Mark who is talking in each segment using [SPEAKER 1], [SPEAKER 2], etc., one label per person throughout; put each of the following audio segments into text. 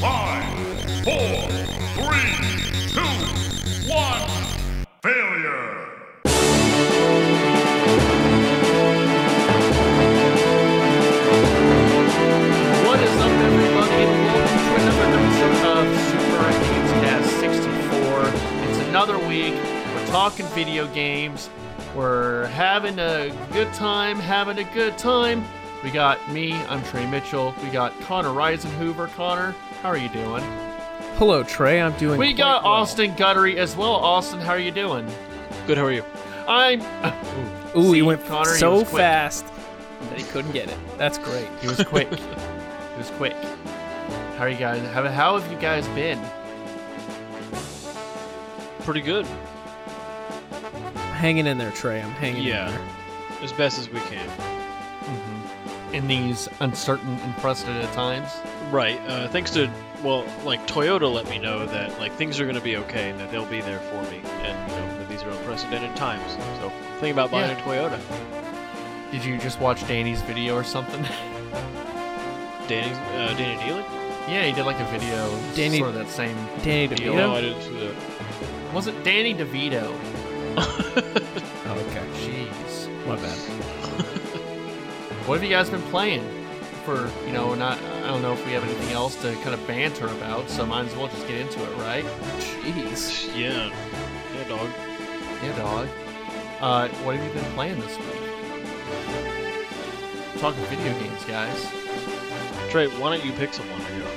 [SPEAKER 1] Five, four, three, two, one. Failure.
[SPEAKER 2] What is up, everybody? Welcome to another episode of Super Games Cast 64. It's another week. We're talking video games. We're having a good time, having a good time. We got me, I'm Trey Mitchell. We got Connor Reisenhoover. Connor, how are you doing?
[SPEAKER 3] Hello, Trey. I'm doing.
[SPEAKER 2] We
[SPEAKER 3] quite
[SPEAKER 2] got
[SPEAKER 3] well.
[SPEAKER 2] Austin Guttery as well. Austin, how are you doing?
[SPEAKER 4] Good, how are you?
[SPEAKER 2] I'm.
[SPEAKER 3] Ooh,
[SPEAKER 2] See,
[SPEAKER 3] he went
[SPEAKER 2] Connor, he
[SPEAKER 3] so
[SPEAKER 2] was quick.
[SPEAKER 3] fast that he couldn't get it. That's great.
[SPEAKER 2] He was quick. he was quick. How are you guys? How, how have you guys been?
[SPEAKER 4] Pretty good.
[SPEAKER 3] I'm hanging in there, Trey. I'm hanging. In there.
[SPEAKER 4] Yeah. As best as we can.
[SPEAKER 2] in these uncertain, unprecedented times.
[SPEAKER 4] Right. Uh, thanks to, well, like, Toyota let me know that, like, things are going to be okay and that they'll be there for me. And, you know, that these are unprecedented times. So, think about buying
[SPEAKER 2] Yeah.
[SPEAKER 4] a Toyota.
[SPEAKER 2] Did you just watch Danny's video or something?
[SPEAKER 4] Danny, uh, Danny Dealey?
[SPEAKER 2] yeah, he did like a video.
[SPEAKER 3] Danny-
[SPEAKER 2] sort of that same.
[SPEAKER 3] Danny
[SPEAKER 4] Deal?
[SPEAKER 3] DeVito.
[SPEAKER 4] No, Oh, I didn't see that.
[SPEAKER 2] Was it Danny DeVito?
[SPEAKER 3] Oh, okay.
[SPEAKER 2] Jeez.
[SPEAKER 3] My bad.
[SPEAKER 2] What have you guys been playing? For you know, not I don't know if we have anything else to kind of banter about, so might as well just get into it, right?
[SPEAKER 3] Jeez.
[SPEAKER 4] Yeah. Yeah, dog.
[SPEAKER 2] Yeah, dog. Uh, what have you been playing this week? Talking video games, guys.
[SPEAKER 4] Trey, why don't you pick someone to go?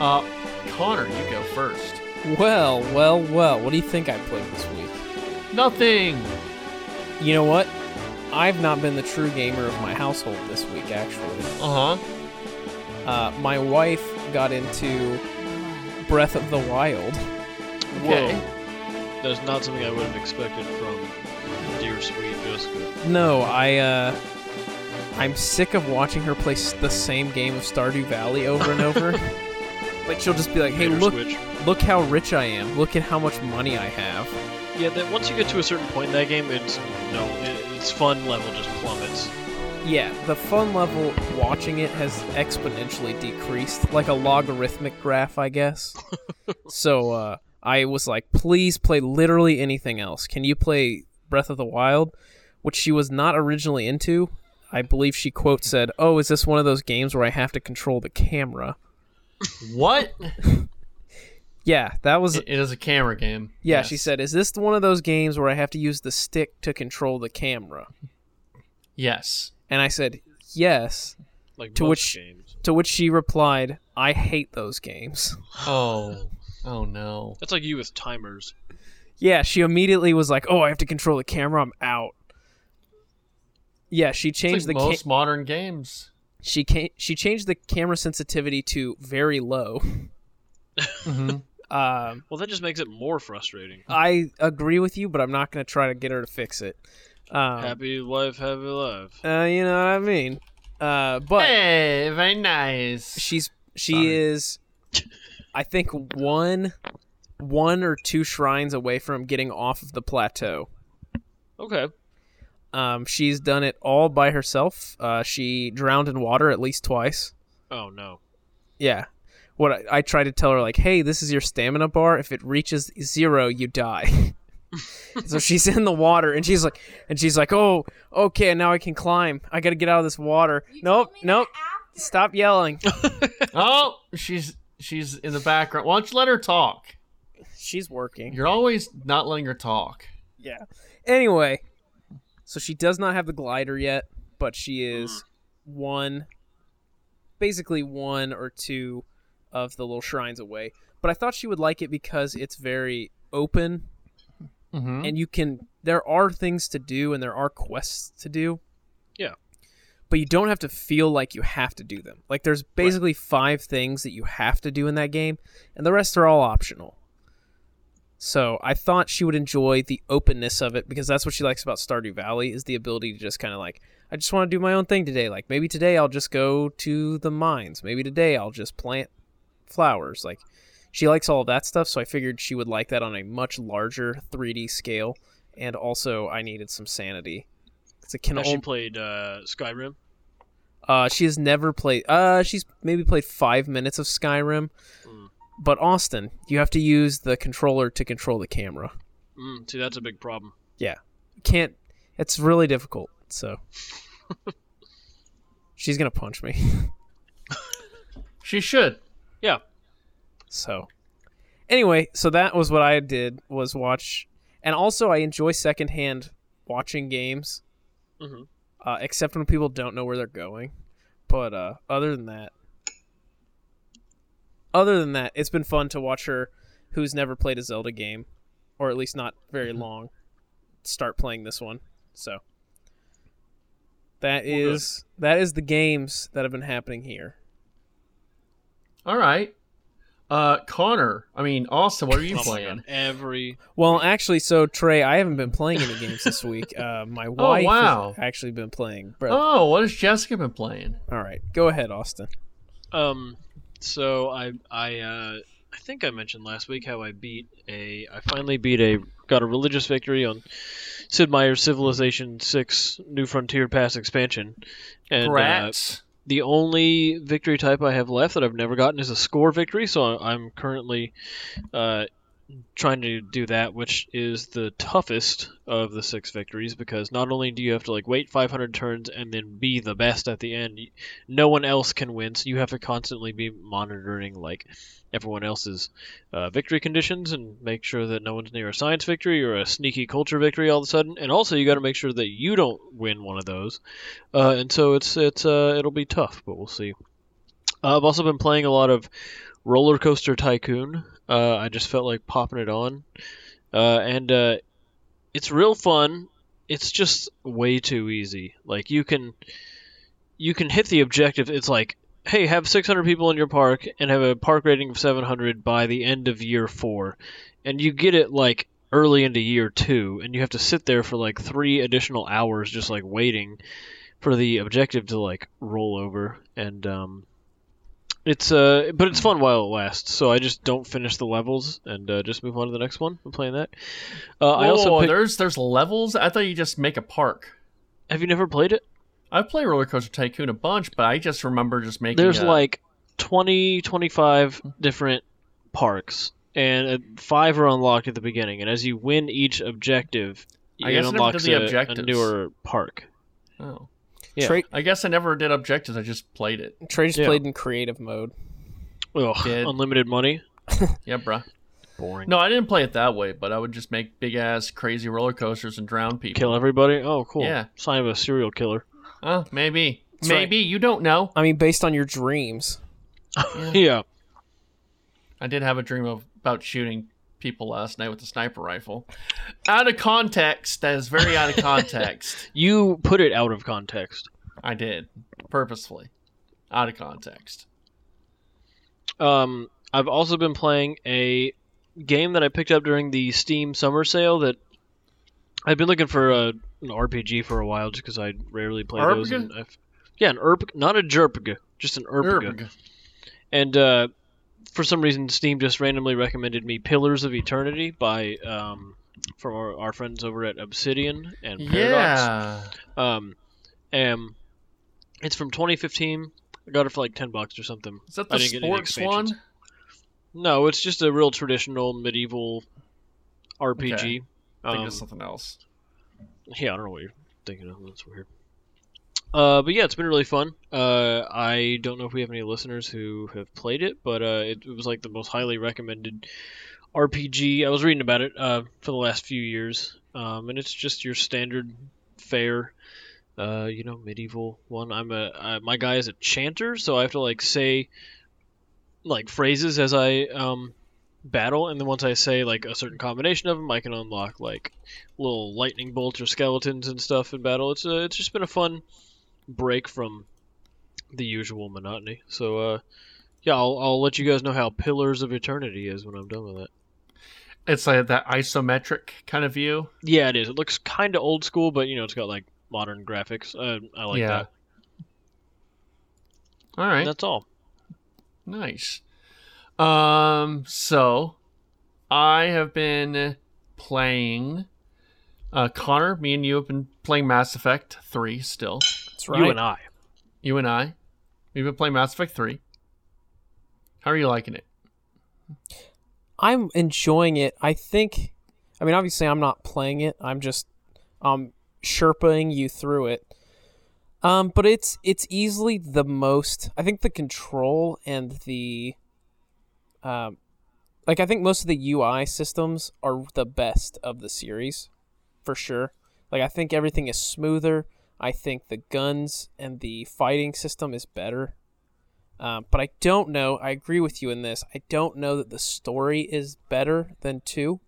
[SPEAKER 2] Uh, Connor, you go first.
[SPEAKER 3] Well, well, well. What do you think I played this week?
[SPEAKER 2] Nothing.
[SPEAKER 3] You know what? I've not been the true gamer of my household this week. Actually,
[SPEAKER 4] Uh-huh.
[SPEAKER 2] Uh huh.
[SPEAKER 3] uh, my wife got into Breath of the Wild.
[SPEAKER 2] Okay.
[SPEAKER 4] Whoa. That's not something I would have expected from dear sweet Jessica.
[SPEAKER 3] No, I uh I'm sick of watching her play s- the same game of Stardew Valley over and over. like she'll just be like, "Hey,
[SPEAKER 4] Hate her
[SPEAKER 3] look,
[SPEAKER 4] Switch.
[SPEAKER 3] look how rich I am. Look at how much money I have."
[SPEAKER 4] Yeah, that once you get to a certain point in that game, it's no, it, its fun level just plummets.
[SPEAKER 3] Yeah, the fun level watching it has exponentially decreased, like a logarithmic graph, I guess. so uh, I was like, please play literally anything else. Can you play Breath of the Wild? Which she was not originally into. I believe she quote said, Oh, is this one of those games where I have to control the camera?
[SPEAKER 2] What?
[SPEAKER 3] Yeah, that was.
[SPEAKER 2] It is a camera game.
[SPEAKER 3] yeah,
[SPEAKER 2] Yes.
[SPEAKER 3] she said, Is this one of those games where I have to use the stick to control the camera?
[SPEAKER 2] Yes.
[SPEAKER 3] And I said, Yes.
[SPEAKER 4] Like
[SPEAKER 3] To
[SPEAKER 4] most
[SPEAKER 3] which-
[SPEAKER 4] games.
[SPEAKER 3] To which she replied, I hate those games.
[SPEAKER 2] Oh. Oh no.
[SPEAKER 4] That's like you with timers.
[SPEAKER 3] Yeah, she immediately was like, "Oh, I have to control the camera. I'm out." Yeah, she
[SPEAKER 2] It's
[SPEAKER 3] changed
[SPEAKER 2] like
[SPEAKER 3] the ca-
[SPEAKER 2] most modern games.
[SPEAKER 3] she ca- she changed the camera sensitivity to very low. um,
[SPEAKER 4] Well, that just makes it more frustrating.
[SPEAKER 3] I agree with you, but I'm not going to try to get her to fix it. Um,
[SPEAKER 4] Happy life, happy life.
[SPEAKER 3] uh, you know what I mean? Uh, but
[SPEAKER 2] Hey, very nice.
[SPEAKER 3] she's she
[SPEAKER 2] Sorry.
[SPEAKER 3] is, I think one one or two shrines away from getting off of the plateau.
[SPEAKER 4] Okay.
[SPEAKER 3] Um, she's done it all by herself. Uh, she drowned in water at least twice.
[SPEAKER 4] Oh no.
[SPEAKER 3] Yeah. What I, I tried to tell her, like, hey, this is your stamina bar. If it reaches zero, you die. so she's in the water, and she's like, and she's like, oh, okay, now I can climb. I gotta get out of this water. nope, nope. Stop yelling.
[SPEAKER 2] Oh, she's she's in the background. Why don't you let her talk?
[SPEAKER 3] she's working.
[SPEAKER 2] You're always not letting her talk.
[SPEAKER 3] Yeah. Anyway, so she does not have the glider yet, but she is one, basically one or two of the little shrines away. But I thought she would like it because it's very open
[SPEAKER 2] Mm-hmm.
[SPEAKER 3] and you can, there are things to do and there are quests to do.
[SPEAKER 4] Yeah.
[SPEAKER 3] But you don't have to feel like you have to do them. Like there's basically five things that you have to do in that game, and the rest are all optional. So I thought she would enjoy the openness of it because that's what she likes about Stardew Valley is the ability to just kind of like I just want to do my own thing today. Like maybe today I'll just go to the mines. Maybe today I'll just plant flowers. Like She likes all of that stuff, so I figured she would like that on a much larger 3D scale. And also, I needed some sanity. 'Cause it can
[SPEAKER 5] Has she
[SPEAKER 3] only.
[SPEAKER 5] played uh, Skyrim?
[SPEAKER 3] Uh, she has never played. Uh, she's maybe played five minutes of Skyrim. But Austin, you have to use the controller to control the camera.
[SPEAKER 5] Mm, see, that's a big problem.
[SPEAKER 3] Yeah, can't. It's really difficult. So she's gonna punch me.
[SPEAKER 6] She should.
[SPEAKER 5] Yeah.
[SPEAKER 3] So anyway, so that was what I did was watch, and also I enjoy secondhand watching games,
[SPEAKER 5] Mhm.
[SPEAKER 3] uh, except when people don't know where they're going. But uh, other than that, other than that, it's been fun to watch her, who's never played a Zelda game, or at least not very long, start playing this one. So that is
[SPEAKER 5] good.
[SPEAKER 3] that is the games that have been happening here.
[SPEAKER 6] All right. Uh, Connor, I mean, Austin, what are you
[SPEAKER 5] Oh my
[SPEAKER 6] playing?
[SPEAKER 5] God, Every
[SPEAKER 3] Well, actually, so Trey, I haven't been playing any games this week. Uh, my wife
[SPEAKER 6] wow.
[SPEAKER 3] has actually been playing. Bro,
[SPEAKER 6] Oh, what has Jessica been playing?
[SPEAKER 3] all right, go ahead, Austin.
[SPEAKER 5] um, so I I uh, I think I mentioned last week how I beat a I finally beat a got a religious victory on Sid Meier's Civilization Six New Frontier Pass expansion, and uh,
[SPEAKER 6] Rats.
[SPEAKER 5] the only victory type I have left that I've never gotten is a score victory, so I- I'm currently uh, trying to do that, which is the toughest of the six victories because not only do you have to like wait 500 turns and then be the best at the end, y- no one else can win, so you have to constantly be monitoring like everyone else's uh, victory conditions and make sure that no one's near a science victory or a sneaky culture victory all of a sudden, and also you got to make sure that you don't win one of those. Uh, and so it's it's uh, it'll be tough, but we'll see. Uh, I've also been playing a lot of Roller Coaster Tycoon. Uh, I just felt like popping it on, uh, and uh, it's real fun. It's just way too easy. Like you can you can hit the objective. It's like hey, have 600 people in your park and have a park rating of 700 by the end of year four, and you get it like early into year two, and you have to sit there for like three additional hours just like waiting for the objective to like roll over and um it's uh but it's fun while it lasts so i just don't finish the levels and uh, just move on to the next one i'm playing that uh, i also
[SPEAKER 6] Whoa,
[SPEAKER 5] pick-
[SPEAKER 6] there's there's levels. I thought you just make a park.
[SPEAKER 5] have you never played it
[SPEAKER 6] I play Roller Coaster Tycoon a bunch, but I just remember just making.
[SPEAKER 5] there's
[SPEAKER 6] a-
[SPEAKER 5] like 20 25 different parks and uh, five are unlocked at the beginning and as you win each objective
[SPEAKER 6] I
[SPEAKER 5] it
[SPEAKER 6] guess I never
[SPEAKER 5] unlocks
[SPEAKER 6] did the
[SPEAKER 5] a- a
[SPEAKER 6] objectives.
[SPEAKER 5] newer park
[SPEAKER 6] Oh.
[SPEAKER 5] Yeah.
[SPEAKER 3] Trey,
[SPEAKER 6] I guess I never did objectives. I just played it.
[SPEAKER 3] Trey just
[SPEAKER 5] Yeah.
[SPEAKER 3] played in creative mode.
[SPEAKER 5] Ugh,
[SPEAKER 6] Did-
[SPEAKER 5] unlimited money
[SPEAKER 6] Yeah, bruh.
[SPEAKER 5] boring
[SPEAKER 6] No, I didn't play it that way, but I would just make big ass crazy roller coasters and drown people.
[SPEAKER 5] kill everybody oh cool
[SPEAKER 6] Yeah.
[SPEAKER 5] sign of a serial killer
[SPEAKER 6] Huh? Maybe.
[SPEAKER 3] That's right.
[SPEAKER 6] Maybe you don't know.
[SPEAKER 3] I mean, based on your dreams.
[SPEAKER 5] yeah
[SPEAKER 6] I did have a dream of about shooting people last night with a sniper rifle. Out of context. That is very out of context.
[SPEAKER 5] You put it out of context.
[SPEAKER 6] I did purposefully. Out of context.
[SPEAKER 5] Um, I've also been playing a game that I picked up during the Steam summer sale that I've been looking for a, an RPG for a while just because I rarely play those.
[SPEAKER 6] RPG?
[SPEAKER 5] And I've, yeah, an ERP, not a JRPG, just an ERPG.
[SPEAKER 6] Erg.
[SPEAKER 5] And uh, for some reason, Steam just randomly recommended me Pillars of Eternity by um, from our, our friends over at Obsidian and Paradox.
[SPEAKER 6] Yeah.
[SPEAKER 5] Um, and it's from 2015. I got it for like 10 bucks or something.
[SPEAKER 6] Is that the
[SPEAKER 5] I didn't get any
[SPEAKER 6] sports
[SPEAKER 5] expansions.
[SPEAKER 6] one?
[SPEAKER 5] No, it's just a real traditional medieval RPG.
[SPEAKER 6] Okay. I think
[SPEAKER 5] Um,
[SPEAKER 6] it's something else.
[SPEAKER 5] yeah, I don't know what you're thinking of. That's weird. Uh, but yeah, it's been really fun. Uh, I don't know if we have any listeners who have played it, but uh, it, it was like the most highly recommended RPG. I was reading about it uh, for the last few years, um, and it's just your standard fair, uh, you know, medieval one. I'm a I, my guy is a chanter, so I have to like say like phrases as I um, battle, and then once I say like a certain combination of them, I can unlock like little lightning bolts or skeletons and stuff in battle. It's uh, it's just been a fun break from the usual monotony. So uh, yeah, I'll, I'll let you guys know how Pillars of Eternity is when I'm done with it.
[SPEAKER 6] It's like that isometric kind of view.
[SPEAKER 5] Yeah, it is. It looks kind of old school, but you know it's got like modern graphics. Uh, I like
[SPEAKER 6] Yeah.
[SPEAKER 5] that.
[SPEAKER 6] All right.
[SPEAKER 5] That's all.
[SPEAKER 6] Nice.
[SPEAKER 2] Um, so I have been playing. Uh, Connor, me and you have been playing Mass Effect 3 still.
[SPEAKER 3] That's right.
[SPEAKER 5] You and I.
[SPEAKER 2] You and I. We've been playing Mass Effect 3. How are you liking it?
[SPEAKER 3] I'm enjoying it. I think, I mean, obviously, I'm not playing it. I'm just, um, sherpaing you through it. Um, but it's it's easily the most. I think the control and the, um, like I think most of the UI systems are the best of the series, for sure. Like I think everything is smoother. I think the guns and the fighting system is better. Um, but I don't know. I agree with you in this. I don't know that the story is better than two.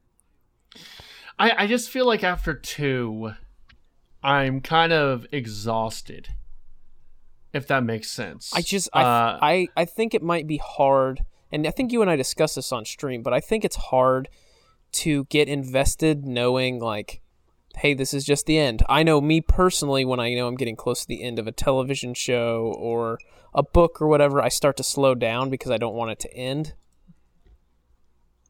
[SPEAKER 2] I, I just feel like after two, I'm kind of exhausted. If that makes sense.
[SPEAKER 3] I just I,
[SPEAKER 2] Uh,
[SPEAKER 3] I I think it might be hard, and I think you and I discussed this on stream, but I think it's hard to get invested knowing like, hey, this is just the end. I know me personally when I know I'm getting close to the end of a television show or a book or whatever, I start to slow down because I don't want it to end.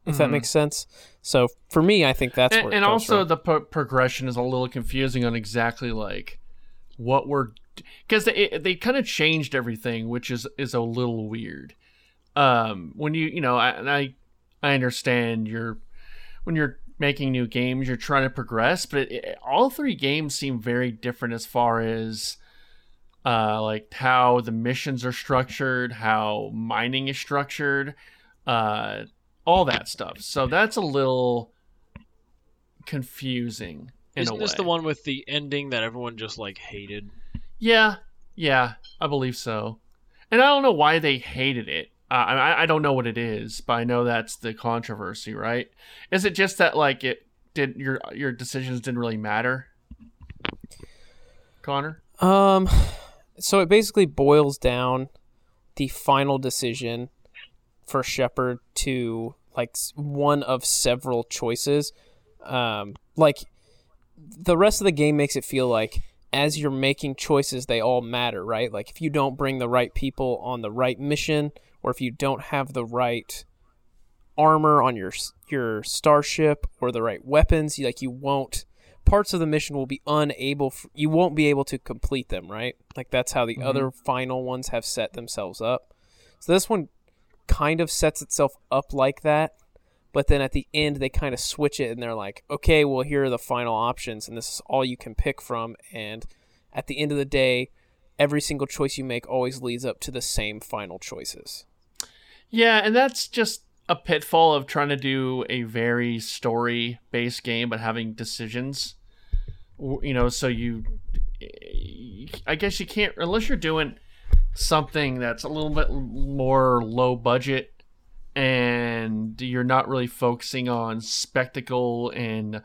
[SPEAKER 3] If that makes sense. So for me, I think that's
[SPEAKER 2] and,
[SPEAKER 3] where it
[SPEAKER 2] Mm-hmm. and
[SPEAKER 3] comes
[SPEAKER 2] also
[SPEAKER 3] from.
[SPEAKER 2] the pro- progression is a little confusing on exactly like what we're because they they kind of changed everything, which is is a little weird. Um, when you you know, I, and I I understand you're when you're making new games, you're trying to progress, but it, it- all three games seem very different as far as uh, like how the missions are structured, how mining is structured, uh, all that stuff. So that's a little confusing in
[SPEAKER 5] Isn't
[SPEAKER 2] a way.
[SPEAKER 5] this the one with the ending that everyone just like hated?
[SPEAKER 2] Yeah, yeah, I believe so. And I don't know why they hated it. Uh, I I- I don't know what it is, but I know that's the controversy, right? Is it just that like it did your your decisions didn't really matter, Connor?
[SPEAKER 3] Um, so it basically boils down the final decision for Shepard to like s- one of several choices. Um, like the rest of the game makes it feel like as you're making choices, they all matter, right? Like if you don't bring the right people on the right mission, or if you don't have the right armor on your s- your starship or the right weapons, you, like you won't parts of the mission will be unable f- you won't be able to complete them right like that's how the other final ones have set themselves up so this one kind of sets itself up like that but then at the end they kind of switch it and they're like okay well here are the final options and this is all you can pick from and at the end of the day every single choice you make always leads up to the same final choices
[SPEAKER 2] Yeah, and that's just a pitfall of trying to do a very story based game but having decisions. W- You know, so you I guess you can't unless you're doing something that's a little bit more low budget and you're not really focusing on spectacle and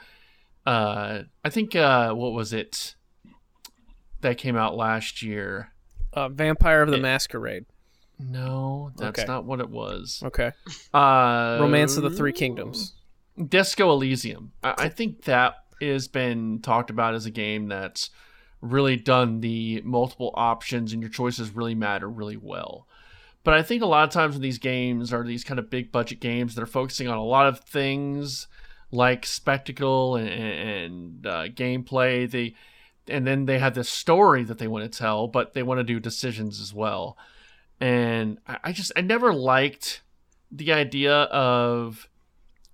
[SPEAKER 2] uh I think uh what was it that came out last year?
[SPEAKER 3] uh, vampire of the masquerade
[SPEAKER 2] No, that's
[SPEAKER 3] Okay.
[SPEAKER 2] not what it was.
[SPEAKER 3] okay
[SPEAKER 2] Uh
[SPEAKER 3] romance of the three kingdoms
[SPEAKER 2] Disco Elysium. I, I think that has been talked about as a game that's really done the multiple options and your choices really matter really well. But I think a lot of times when these games are these kind of big budget games, they're focusing on a lot of things like spectacle and, and uh, gameplay. They and then they have this story that they want to tell, but they want to do decisions as well. And I, I just I never liked the idea of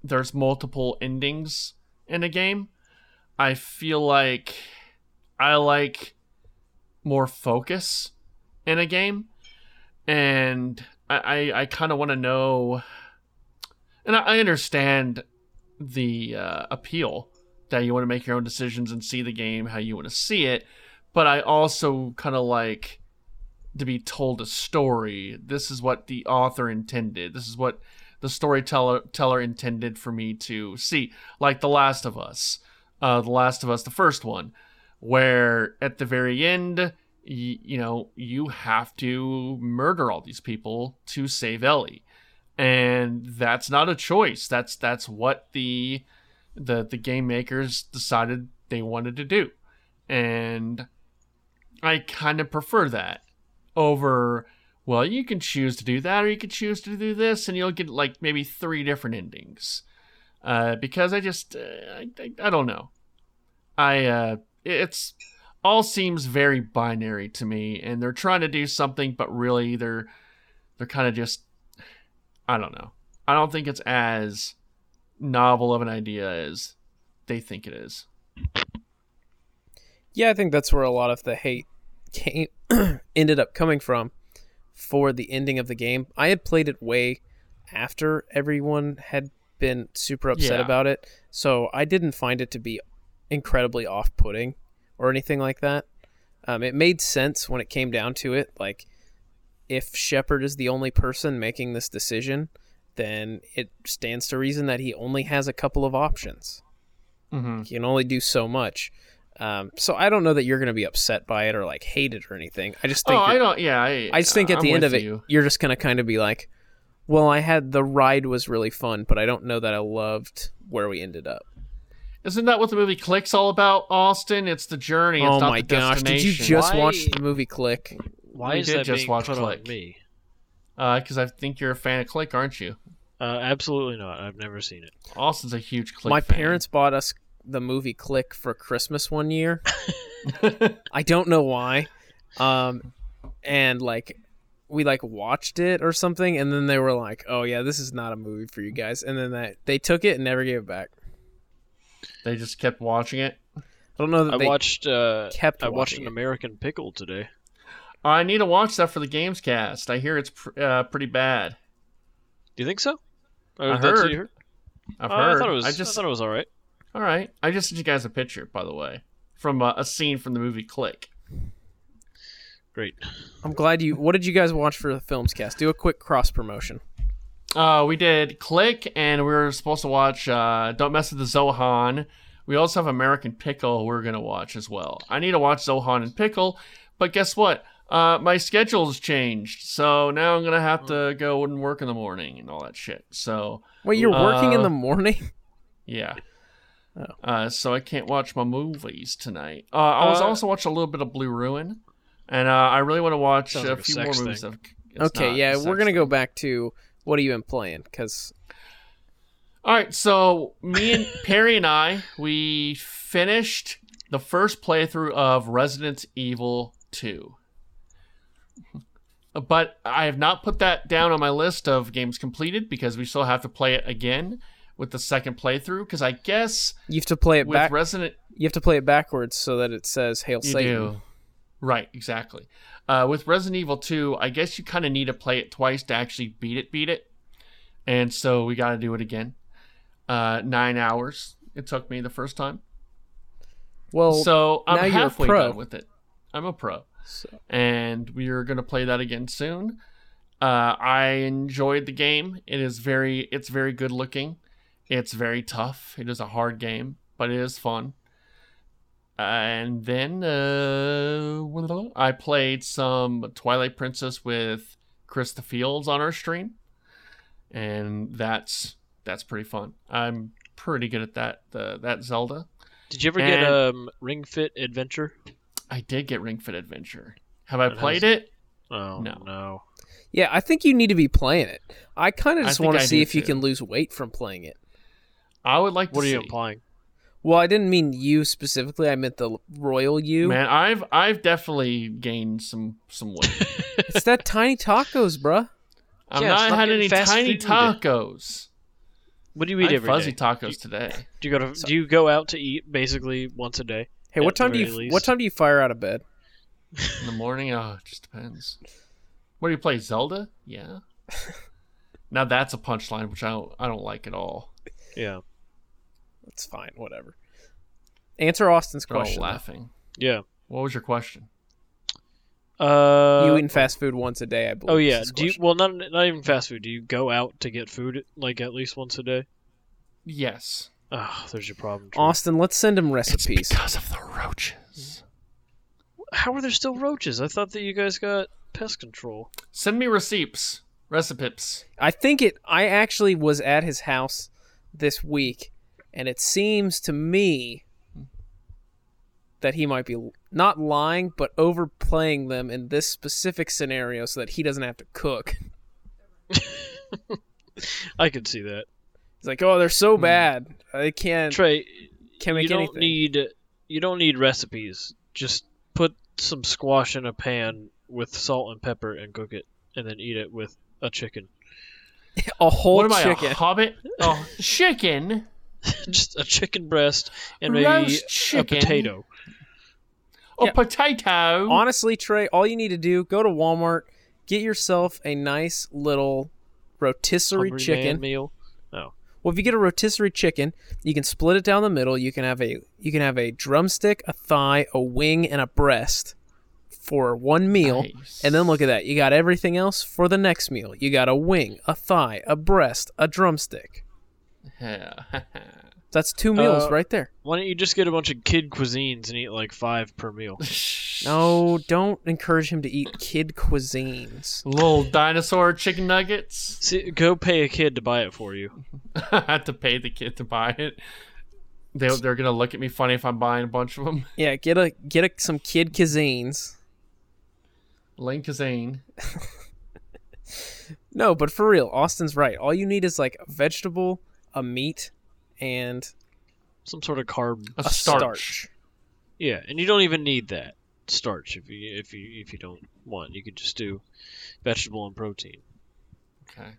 [SPEAKER 2] there's multiple endings in a game. I feel like I like more focus in a game, and I I, I kind of want to know, and I, I understand the uh, appeal that you want to make your own decisions and see the game how you want to see it, but I also kind of like to be told a story. This is what the author intended. This is what the storyteller teller intended for me to see. Like The Last of Us, uh, The Last of Us, the first one, where at the very end, y- you know, you have to murder all these people to save Ellie, and that's not a choice. That's that's what the the the game makers decided they wanted to do, and I kind of prefer that over well, you can choose to do that or you can choose to do this, and you'll get like maybe three different endings. Uh, because I just, uh, I, I, I don't know. I, uh, it's all seems very binary to me, and they're trying to do something, but really they're, they're kind of just, I don't know. I don't think it's as novel of an idea as they think it is.
[SPEAKER 3] Yeah, I think that's where a lot of the hate came ended up coming from for the ending of the game. I had played it way after everyone had been super upset
[SPEAKER 2] Yeah.
[SPEAKER 3] about it, so I didn't find it to be incredibly off-putting or anything like that. Um, it made sense when it came down to it. Like, if Shepard is the only person making this decision, then it stands to reason that he only has a couple of options.
[SPEAKER 2] Mhm.
[SPEAKER 3] He can only do so much. Um, so I don't know that you're going to be upset by it or like hate it or anything. I just think
[SPEAKER 2] oh,
[SPEAKER 3] you're-
[SPEAKER 2] I don't. Yeah, I,
[SPEAKER 3] I just think at
[SPEAKER 2] I'm
[SPEAKER 3] the end
[SPEAKER 2] with
[SPEAKER 3] of it,
[SPEAKER 2] you.
[SPEAKER 3] you're just gonna kind of be like, "Well, I had the ride was really fun, but I don't know that I loved where we ended up."
[SPEAKER 2] isn't that what the movie Click's all about, Austin? It's the journey. It's
[SPEAKER 3] oh
[SPEAKER 2] not the
[SPEAKER 3] my gosh! Did you
[SPEAKER 2] destination.
[SPEAKER 3] just
[SPEAKER 5] Why-
[SPEAKER 3] watch the movie Click?
[SPEAKER 5] Why
[SPEAKER 2] We
[SPEAKER 5] is
[SPEAKER 2] did
[SPEAKER 5] that
[SPEAKER 2] just
[SPEAKER 5] being
[SPEAKER 2] watch
[SPEAKER 5] put
[SPEAKER 2] Click.
[SPEAKER 5] on me?
[SPEAKER 2] Because Uh, I think you're a fan of Click, aren't you?
[SPEAKER 5] Uh, absolutely not. I've never seen it.
[SPEAKER 2] Austin's a huge Click.
[SPEAKER 3] my
[SPEAKER 2] fan.
[SPEAKER 3] parents bought us the movie Click for Christmas one year. I don't know why. Um, and like we like watched it or something, and then they were like, "Oh yeah, this is not a movie for you guys," and then that they took it and never gave it back.
[SPEAKER 2] They just kept watching it.
[SPEAKER 3] I don't know that
[SPEAKER 5] I
[SPEAKER 3] they
[SPEAKER 5] watched. Uh,
[SPEAKER 3] kept
[SPEAKER 5] I watched
[SPEAKER 3] watching
[SPEAKER 5] an
[SPEAKER 3] it.
[SPEAKER 5] American Pickle today.
[SPEAKER 2] I need to watch that for the Games Cast. I hear it's pr- uh, pretty bad.
[SPEAKER 5] Do you think so?
[SPEAKER 2] I
[SPEAKER 5] Or that's what
[SPEAKER 2] heard.
[SPEAKER 5] you heard?
[SPEAKER 2] I've
[SPEAKER 5] Oh,
[SPEAKER 2] heard.
[SPEAKER 5] I thought it was. I,
[SPEAKER 2] just
[SPEAKER 5] thought it was all right.
[SPEAKER 2] all right. I just sent you guys a picture, by the way, from uh, a scene from the movie Click.
[SPEAKER 5] Great.
[SPEAKER 3] I'm glad you. What did you guys watch for the films cast? Do a quick cross promotion.
[SPEAKER 2] Uh, we did Click, and we were supposed to watch uh, Don't Mess with the Zohan. We also have American Pickle we're going to watch as well. I need to watch Zohan and Pickle, but guess what? Uh, my schedule's changed, so now I'm going to have to go and work in the morning and all that shit. So,
[SPEAKER 3] Wait, you're working in
[SPEAKER 2] Uh,
[SPEAKER 3] the morning?
[SPEAKER 2] yeah.
[SPEAKER 5] Oh.
[SPEAKER 2] Uh, so I can't watch my movies tonight. Uh, I was
[SPEAKER 5] Uh,
[SPEAKER 2] also watching a little bit of Blue Ruin, and uh, I really want to watch
[SPEAKER 5] Sounds
[SPEAKER 2] a
[SPEAKER 5] like a
[SPEAKER 2] few more
[SPEAKER 5] sex
[SPEAKER 2] movies.
[SPEAKER 5] thing.
[SPEAKER 2] Of, it's
[SPEAKER 3] Okay,
[SPEAKER 2] not
[SPEAKER 3] yeah,
[SPEAKER 2] a
[SPEAKER 3] we're
[SPEAKER 2] sex
[SPEAKER 3] gonna go
[SPEAKER 2] thing.
[SPEAKER 3] back to what have you been playing? Because
[SPEAKER 2] All right, so me and Perry and I we finished the first playthrough of Resident Evil 2. But I have not put that down on my list of games completed because we still have to play it again with the second playthrough because I guess
[SPEAKER 3] you have to play it
[SPEAKER 2] with
[SPEAKER 3] back.
[SPEAKER 2] Resident
[SPEAKER 3] you have to play it backwards so that it says "Hail
[SPEAKER 2] you
[SPEAKER 3] Satan."
[SPEAKER 2] do. Right, exactly. Uh, with Resident Evil 2, I guess you kind of need to play it twice to actually beat it, beat it. And so we got to do it again. Uh, nine hours it took me the first time.
[SPEAKER 3] Well,
[SPEAKER 2] so
[SPEAKER 3] now
[SPEAKER 2] I'm
[SPEAKER 3] you're a
[SPEAKER 2] halfway
[SPEAKER 3] pro.
[SPEAKER 2] done with it. I'm a pro.
[SPEAKER 3] so-
[SPEAKER 2] And we are going to play that again soon. Uh, I enjoyed the game. It is very, it's very good looking. It's very tough. It is a hard game, but it is fun. And then uh, I played some Twilight Princess with Krista Fields on our stream, and that's that's pretty fun. I'm pretty good at that uh, that Zelda.
[SPEAKER 5] Did you ever get
[SPEAKER 2] And-
[SPEAKER 5] um, Ring Fit Adventure?
[SPEAKER 2] I did get Ring Fit Adventure. Have I
[SPEAKER 5] has-
[SPEAKER 2] played it?
[SPEAKER 5] Oh
[SPEAKER 2] No.
[SPEAKER 5] no.
[SPEAKER 3] yeah, I think you need to be playing it. I kind of
[SPEAKER 2] I
[SPEAKER 3] just
[SPEAKER 2] think
[SPEAKER 3] want
[SPEAKER 2] I
[SPEAKER 3] to see
[SPEAKER 2] do
[SPEAKER 3] if you
[SPEAKER 2] too.
[SPEAKER 3] can lose weight from playing it.
[SPEAKER 2] I would like to
[SPEAKER 5] What are
[SPEAKER 2] see.
[SPEAKER 5] you implying?
[SPEAKER 3] Well, I didn't mean you specifically. I meant the royal you.
[SPEAKER 2] Man, I've I've definitely gained some some weight.
[SPEAKER 3] It's that tiny tacos, bruh.
[SPEAKER 2] I've
[SPEAKER 5] Yeah,
[SPEAKER 2] not
[SPEAKER 5] stop
[SPEAKER 2] had
[SPEAKER 5] getting
[SPEAKER 2] any
[SPEAKER 5] fast
[SPEAKER 2] tiny
[SPEAKER 5] food.
[SPEAKER 2] tacos.
[SPEAKER 5] What do you
[SPEAKER 2] I
[SPEAKER 5] eat
[SPEAKER 2] had
[SPEAKER 5] every
[SPEAKER 2] fuzzy
[SPEAKER 5] day?
[SPEAKER 2] tacos today.
[SPEAKER 5] Do you go to, do you go out to eat basically once a day?
[SPEAKER 3] Hey,
[SPEAKER 5] At
[SPEAKER 3] what
[SPEAKER 5] the
[SPEAKER 3] time do you
[SPEAKER 5] very least.
[SPEAKER 3] what time do you fire out of bed?
[SPEAKER 2] In the morning, oh, it just depends. What do you play, Zelda? Yeah. now that's a punchline, which I don't I don't like at all.
[SPEAKER 5] Yeah.
[SPEAKER 3] It's fine, whatever. Answer Austin's
[SPEAKER 2] They're all
[SPEAKER 3] question. though.
[SPEAKER 2] laughing.
[SPEAKER 5] Yeah.
[SPEAKER 2] What was your question?
[SPEAKER 5] Uh,
[SPEAKER 3] you eating fast food once a day, I believe.
[SPEAKER 5] oh
[SPEAKER 3] is
[SPEAKER 5] yeah.
[SPEAKER 3] his
[SPEAKER 5] Do you,
[SPEAKER 3] question.
[SPEAKER 5] well not not even fast food. Do you go out to get food like at least once a day?
[SPEAKER 2] Yes.
[SPEAKER 5] Oh, there's your problem. Drew.
[SPEAKER 3] Austin, let's send him recipes.
[SPEAKER 2] Because of the roaches.
[SPEAKER 5] How are there still roaches? I thought that you guys got pest control.
[SPEAKER 2] Send me receipts, recipes.
[SPEAKER 3] I think it. I actually was at his house this week, and it seems to me that he might be l- not lying, but overplaying them in this specific scenario so that he doesn't have to cook.
[SPEAKER 5] I could see that.
[SPEAKER 3] He's like, oh, they're so bad. They can't,
[SPEAKER 5] Hmm. Trey,
[SPEAKER 3] can't make
[SPEAKER 5] you don't
[SPEAKER 3] anything.
[SPEAKER 5] need you don't need recipes. Just put some squash in a pan with salt and pepper and cook it, and then eat it with a chicken.
[SPEAKER 3] a whole
[SPEAKER 2] what am I,
[SPEAKER 3] chicken.
[SPEAKER 2] a hobbit? Oh, chicken.
[SPEAKER 5] just a chicken breast and maybe
[SPEAKER 2] Roast
[SPEAKER 5] a
[SPEAKER 2] chicken.
[SPEAKER 5] potato.
[SPEAKER 2] Oh,
[SPEAKER 3] Yeah.
[SPEAKER 2] potato.
[SPEAKER 3] Honestly, Trey, all you need to do, go to Walmart, get yourself a nice little rotisserie
[SPEAKER 5] Hungry
[SPEAKER 3] chicken.
[SPEAKER 5] man meal.
[SPEAKER 3] Well, if you get a rotisserie chicken, you can split it down the middle. You can have a you can have a drumstick, a thigh, a wing, and a breast for one meal.
[SPEAKER 2] Nice.
[SPEAKER 3] And then look at that. You got everything else for the next meal. You got a wing, a thigh, a breast, a drumstick. That's two meals
[SPEAKER 5] Uh,
[SPEAKER 3] right there.
[SPEAKER 5] Why don't you just get a bunch of kid cuisines and eat like five per meal?
[SPEAKER 3] No, don't encourage him to eat kid cuisines.
[SPEAKER 2] Little dinosaur chicken nuggets.
[SPEAKER 5] See, go pay a kid to buy it for you.
[SPEAKER 2] I had to pay the kid to buy it. They, they're gonna look at me funny if I'm buying a bunch of them.
[SPEAKER 3] Yeah, get a get a, some kid cuisines.
[SPEAKER 2] Lane Kazane.
[SPEAKER 3] No, but for real, Austin's right. All you need is like a vegetable, a meat, and
[SPEAKER 5] Some sort of carb.
[SPEAKER 2] A,
[SPEAKER 3] a
[SPEAKER 2] starch.
[SPEAKER 3] starch.
[SPEAKER 5] Yeah, and you don't even need that starch if you if you if you don't want. You could just do vegetable and protein.
[SPEAKER 2] Okay.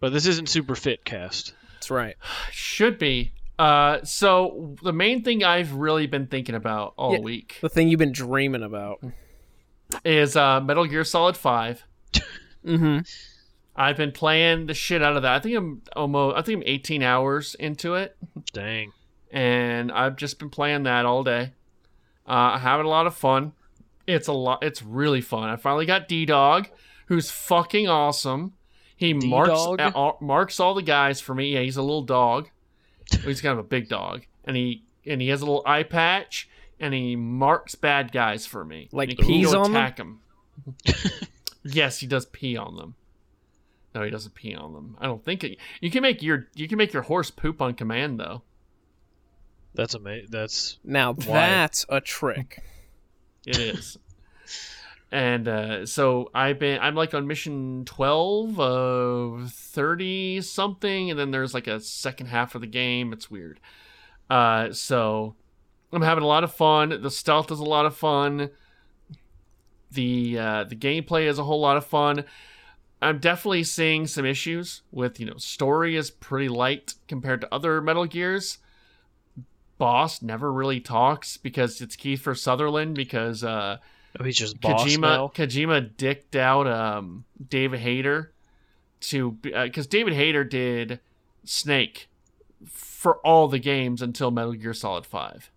[SPEAKER 5] But this isn't super fit cast.
[SPEAKER 3] That's right.
[SPEAKER 2] Should be. Uh, so the main thing I've really been thinking about all
[SPEAKER 3] Yeah.
[SPEAKER 2] week
[SPEAKER 3] The thing you've been dreaming about.
[SPEAKER 2] is uh, Metal Gear Solid Five.
[SPEAKER 3] Mm-hmm.
[SPEAKER 2] I've been playing the shit out of that. I think I'm almost. I think I'm 18 hours into it,
[SPEAKER 5] Dang.
[SPEAKER 2] and I've just been playing that all day. Uh, having a lot of fun. It's a lot. It's really fun. I finally got D Dog, who's fucking awesome. He
[SPEAKER 5] D-Dog?
[SPEAKER 2] marks all, marks all the guys for me. Yeah, he's a little dog. He's kind of a big dog, and he and he has a little eye patch, and he marks bad guys for me.
[SPEAKER 3] Like
[SPEAKER 2] And he can
[SPEAKER 3] pees
[SPEAKER 2] go
[SPEAKER 3] on them?
[SPEAKER 2] attack them. yes, he does pee on them. No, he doesn't pee on them. I don't think it, you can make your you can make your horse poop on command though.
[SPEAKER 5] That's amazing. That's
[SPEAKER 3] Now that's a trick.
[SPEAKER 2] It is. and uh, so I've been I'm like on mission 12 of 30 something and then there's like a second half of the game. It's weird. Uh, so I'm having a lot of fun. The stealth is a lot of fun. The uh, the gameplay is a whole lot of fun. I'm definitely seeing some issues with, you know, story is pretty light compared to other Metal Gears boss never really talks because it's Kiefer Sutherland because uh,
[SPEAKER 5] oh, he's just boss
[SPEAKER 2] Kojima
[SPEAKER 5] now.
[SPEAKER 2] Kojima dicked out um, David Hayter to because David Hayter did Snake for all the games until Metal Gear Solid Five,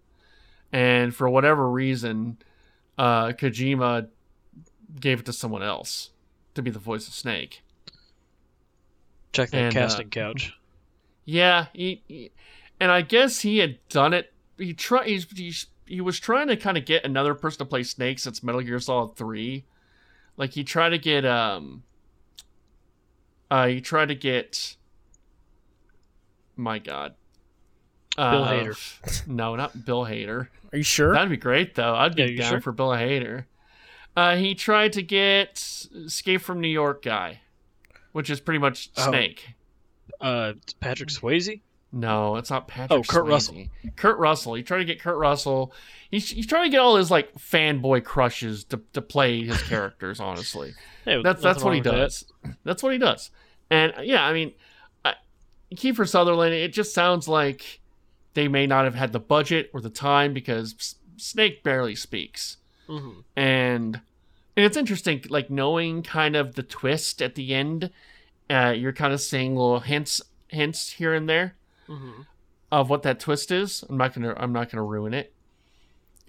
[SPEAKER 2] and for whatever reason, uh, Kojima gave it to someone else to be the voice of Snake.
[SPEAKER 5] Check that
[SPEAKER 2] and, uh,
[SPEAKER 5] casting couch.
[SPEAKER 2] Yeah, he, he- and I guess he had done it. He try he's, he's he was trying to kind of get another person to play Snake since Metal Gear Solid Three. Like he tried to get um, uh, he tried to get. My God,
[SPEAKER 5] Bill
[SPEAKER 2] Uh,
[SPEAKER 5] Hader.
[SPEAKER 2] No, not Bill Hader.
[SPEAKER 3] Are you sure?
[SPEAKER 2] That'd be great though. I'd be
[SPEAKER 5] Yeah, you
[SPEAKER 2] down
[SPEAKER 5] sure?
[SPEAKER 2] for Bill Hader. Uh, he tried to get Escape from New York guy, which is pretty much
[SPEAKER 5] Oh.
[SPEAKER 2] Snake.
[SPEAKER 5] Uh, Patrick Swayze.
[SPEAKER 2] No, it's not Patrick.
[SPEAKER 5] Oh, Kurt
[SPEAKER 2] Swayze.
[SPEAKER 5] Russell.
[SPEAKER 2] Kurt Russell. He tried to get Kurt Russell. He's, he's trying to get all his like fanboy crushes to, to play his characters. honestly,
[SPEAKER 5] Hey,
[SPEAKER 2] that's
[SPEAKER 5] nothing
[SPEAKER 2] that's what
[SPEAKER 5] wrong
[SPEAKER 2] he
[SPEAKER 5] with that.
[SPEAKER 2] does. That's what he does. And yeah, I mean, I, Kiefer Sutherland. It just sounds like they may not have had the budget or the time because S- Snake barely speaks
[SPEAKER 5] Mhm.
[SPEAKER 2] and and it's interesting like knowing kind of the twist at the end uh, you're kind of seeing little hints hints here and there
[SPEAKER 5] Mhm.
[SPEAKER 2] of what that twist is i'm not gonna i'm not gonna ruin it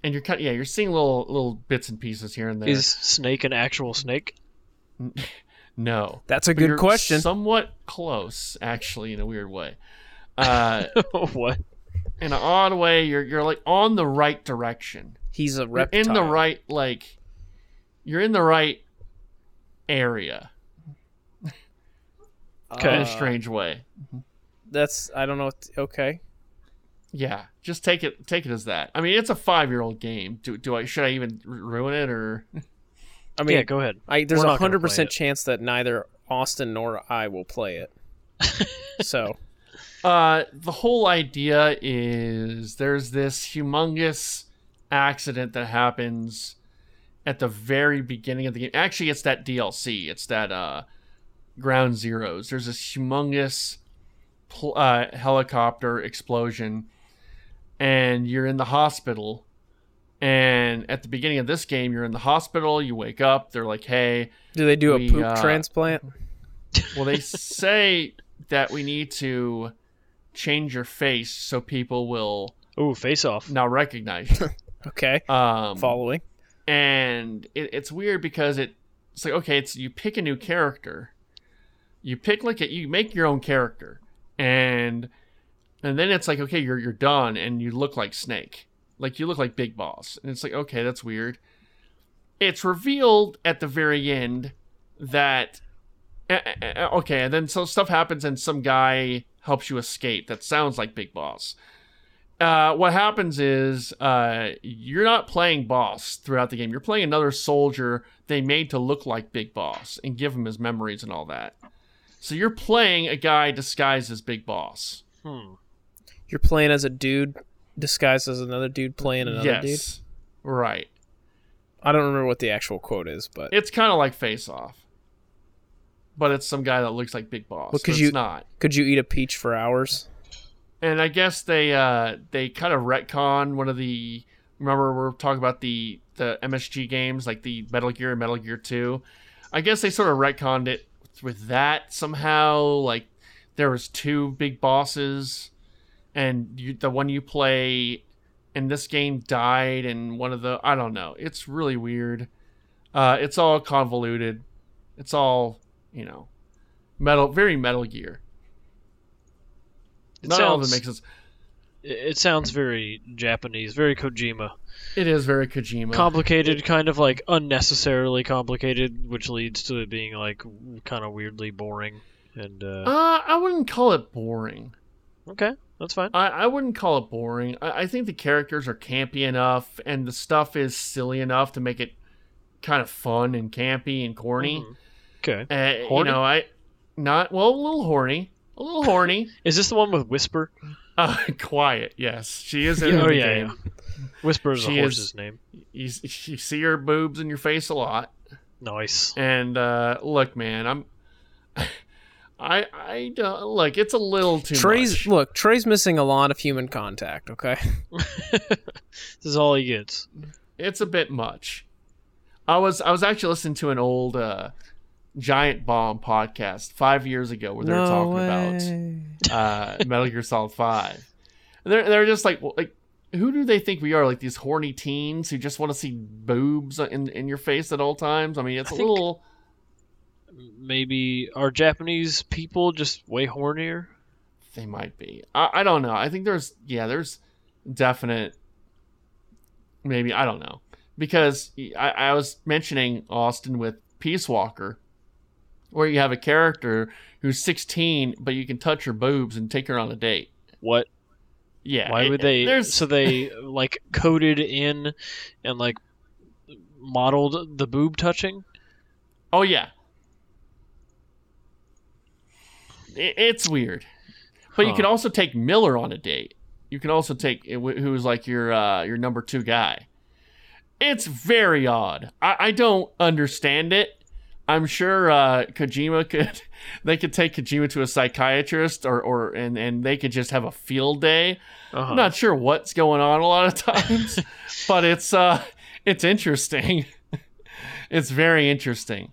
[SPEAKER 2] and you're kind yeah you're seeing little little bits and pieces here and there
[SPEAKER 5] Is Snake an actual snake?
[SPEAKER 2] no
[SPEAKER 3] That's a
[SPEAKER 2] But
[SPEAKER 3] good
[SPEAKER 2] you're
[SPEAKER 3] question.
[SPEAKER 2] somewhat close actually in a weird way uh,
[SPEAKER 5] what?
[SPEAKER 2] in an odd way you're you're like on the right direction
[SPEAKER 3] He's a
[SPEAKER 2] You're
[SPEAKER 3] reptile.
[SPEAKER 2] in the right like you're in the right area
[SPEAKER 5] Okay.
[SPEAKER 3] Uh,
[SPEAKER 2] in a strange way.
[SPEAKER 3] That's I don't know. What okay.
[SPEAKER 2] Yeah, just take it take it as that. I mean, it's a five year old game. Do, do I should I even r- ruin it or?
[SPEAKER 3] I mean,
[SPEAKER 5] yeah, go ahead.
[SPEAKER 3] I, there's
[SPEAKER 5] We're
[SPEAKER 3] a
[SPEAKER 5] not gonna
[SPEAKER 3] hundred
[SPEAKER 5] play
[SPEAKER 3] percent
[SPEAKER 5] it.
[SPEAKER 3] chance that neither Austin nor I will play it. so
[SPEAKER 2] Uh, the whole idea is there's this humongous accident that happens at the very beginning of the game. Actually, it's that DLC. It's that uh, Ground Zeroes. There's this humongous pl- uh, helicopter explosion, and you're in the hospital. And at the beginning of this game, you're in the hospital. You wake up. They're like, "Hey,
[SPEAKER 3] do they do a
[SPEAKER 2] We,
[SPEAKER 3] poop
[SPEAKER 2] uh,
[SPEAKER 3] transplant?
[SPEAKER 2] well, they say that we need to change your face so people will
[SPEAKER 5] Ooh, face off.
[SPEAKER 2] now recognize you.
[SPEAKER 3] Okay,
[SPEAKER 2] Um,
[SPEAKER 3] following.
[SPEAKER 2] and it, it's weird because it, it's like okay, it's you pick a new character, you pick like a, you make your own character, and and then it's like okay, you're you're done, and you look like Snake, like you look like Big Boss, and it's like okay, that's weird. It's revealed at the very end that eh, eh, eh, okay, and then so stuff happens, and some guy helps you escape. That sounds like Big Boss uh, what happens is uh, you're not playing boss throughout the game. You're playing another soldier they made to look like Big Boss and give him his memories and all that. So you're playing a guy disguised as Big Boss.
[SPEAKER 5] Hmm.
[SPEAKER 3] You're playing as a dude disguised as another dude playing another dude.
[SPEAKER 2] yes, right.
[SPEAKER 3] I don't remember what the actual quote is, but
[SPEAKER 2] It's kind of like Face Off, but it's some guy that looks like Big Boss.
[SPEAKER 3] Well, 'cause
[SPEAKER 2] but it's
[SPEAKER 3] you-
[SPEAKER 2] not.
[SPEAKER 3] could you eat a peach for hours?
[SPEAKER 2] And I guess they uh, they kind of retcon one of the. Remember, we are talking about the the MSG games like the Metal Gear and Metal Gear Two. I guess they sort of retconned it with that somehow. Like there was two big bosses, and you, the one you play in this game died, and one of the I don't know. It's really weird. Uh, it's all convoluted. It's all you know, metal very Metal Gear.
[SPEAKER 5] It
[SPEAKER 2] Not all of it
[SPEAKER 5] sounds-
[SPEAKER 2] makes sense.
[SPEAKER 5] It it sounds very Japanese, very Kojima.
[SPEAKER 2] It is very Kojima.
[SPEAKER 5] Complicated, kind of like unnecessarily complicated, which leads to it being like kind of weirdly boring. And uh,
[SPEAKER 2] uh, I wouldn't call it boring.
[SPEAKER 5] okay, that's fine.
[SPEAKER 2] I, I wouldn't call it boring. I, I think the characters are campy enough, and the stuff is silly enough to make it kind of fun and campy and corny.
[SPEAKER 5] Mhm. Okay,
[SPEAKER 2] Uh, you
[SPEAKER 5] Horny?
[SPEAKER 2] know, I not well a little horny, a little horny.
[SPEAKER 5] is this the one with Whisper?
[SPEAKER 2] Uh, quiet, yes, she is in
[SPEAKER 5] Yeah, oh,
[SPEAKER 2] the
[SPEAKER 5] yeah,
[SPEAKER 2] game.
[SPEAKER 5] Whisper is
[SPEAKER 2] She
[SPEAKER 5] a
[SPEAKER 2] is-
[SPEAKER 5] horse's name.
[SPEAKER 2] You, s- you see her boobs in your face a lot.
[SPEAKER 5] Nice.
[SPEAKER 2] And uh, look, man, I'm. I I don't look. It's a little too
[SPEAKER 3] Trey's
[SPEAKER 2] much.
[SPEAKER 3] look. Trey's missing a lot of human contact. Okay,
[SPEAKER 5] This is all he gets.
[SPEAKER 2] it's a bit much. I was I was actually listening to an old uh, Giant Bomb podcast five years ago where they were talking about uh, Metal Gear Solid Five. And they're they're just like well, like who do they think we are? Like these horny teens who just want to see boobs in in your face at all times. I mean, it's a
[SPEAKER 5] I think-
[SPEAKER 2] little
[SPEAKER 5] Maybe are Japanese people just way hornier?
[SPEAKER 2] they might be. I, I don't know. I think there's yeah there's definite maybe I don't know because I, I was mentioning Austin with Peace Walker, where you have a character who's 16, but you can touch her boobs and take her on a date.
[SPEAKER 5] What?
[SPEAKER 2] Yeah.
[SPEAKER 5] Why
[SPEAKER 2] it-
[SPEAKER 5] would they?
[SPEAKER 2] There's
[SPEAKER 5] So they like coded in and like modeled the boob touching.
[SPEAKER 2] oh yeah. I- it's weird, but you
[SPEAKER 5] Huh.
[SPEAKER 2] can also take Miller on a date. You can also take who's like your uh, your number two guy. It's very odd. I, I don't understand it. I'm sure uh, Kojima could they could take Kojima to a psychiatrist or, or and, and they could just have a field day.
[SPEAKER 5] Uh-huh.
[SPEAKER 2] I'm not sure what's going on a lot of times, but it's uh it's interesting. it's very interesting.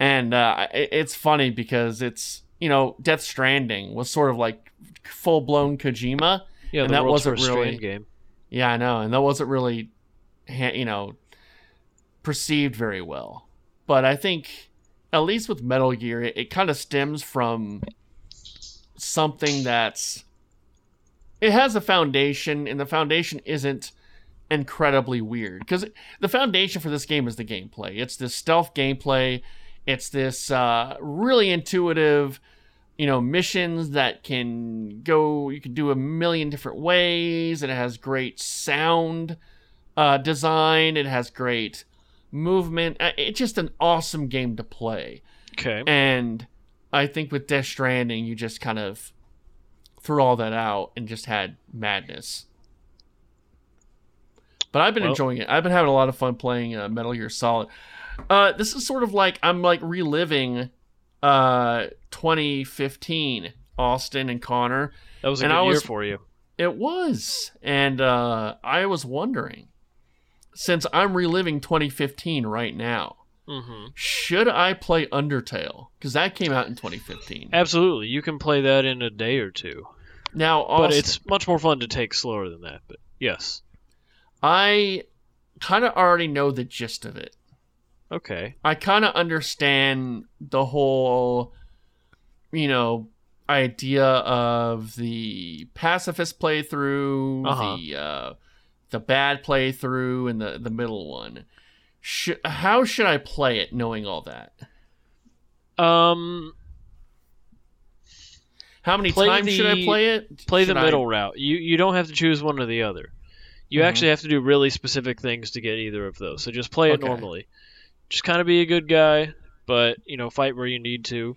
[SPEAKER 2] And uh it, it's funny because it's you know, Death Stranding was sort of like full blown Kojima.
[SPEAKER 5] yeah,
[SPEAKER 2] and
[SPEAKER 5] the
[SPEAKER 2] that
[SPEAKER 5] world's
[SPEAKER 2] wasn't
[SPEAKER 5] first
[SPEAKER 2] really-
[SPEAKER 5] Strand game.
[SPEAKER 2] Yeah, I know, and that wasn't really, ha- you know, perceived very well. But I think, at least with Metal Gear, it, it kind of stems from something that's. It has a foundation, and the foundation isn't incredibly weird because the foundation for this game is the gameplay. It's this stealth gameplay. It's this uh, really intuitive you know missions that can go you can do a million different ways and it has great sound uh, design it has great movement Uh, it's just an awesome game to play
[SPEAKER 5] Okay.
[SPEAKER 2] and i think with death stranding you just kind of threw all that out and just had madness but i've been
[SPEAKER 5] Well-
[SPEAKER 2] enjoying it i've been having a lot of fun playing uh, metal gear solid uh, this is sort of like i'm like reliving uh 2015 austin and connor
[SPEAKER 5] That was a
[SPEAKER 2] and I
[SPEAKER 5] good year
[SPEAKER 2] was-
[SPEAKER 5] for you.
[SPEAKER 2] it was and uh i was wondering since i'm reliving 2015 right now
[SPEAKER 5] hmm
[SPEAKER 2] should i play undertale because that came out in 2015
[SPEAKER 5] Absolutely. You can play that in a day or two.
[SPEAKER 2] now
[SPEAKER 5] But
[SPEAKER 2] Austin,
[SPEAKER 5] it's much more fun to take slower than that. But yes.
[SPEAKER 2] i kind of already know the gist of it
[SPEAKER 5] Okay.
[SPEAKER 2] I kind of understand the whole, you know, idea of the pacifist playthrough,
[SPEAKER 5] Uh-huh.
[SPEAKER 2] the uh, the bad playthrough, and the the middle one. Sh- how should I play it, knowing all that?
[SPEAKER 5] Um,
[SPEAKER 2] How many
[SPEAKER 5] Play
[SPEAKER 2] times should I
[SPEAKER 5] the-
[SPEAKER 2] play it?
[SPEAKER 5] play
[SPEAKER 2] Should
[SPEAKER 5] the
[SPEAKER 2] I-
[SPEAKER 5] middle route. You you don't have to choose one or the other. You
[SPEAKER 2] Mhm.
[SPEAKER 5] actually have to do really specific things to get either of those. So just play it
[SPEAKER 2] Okay.
[SPEAKER 5] normally. Just kind of be a good guy, but you know, fight where you need to,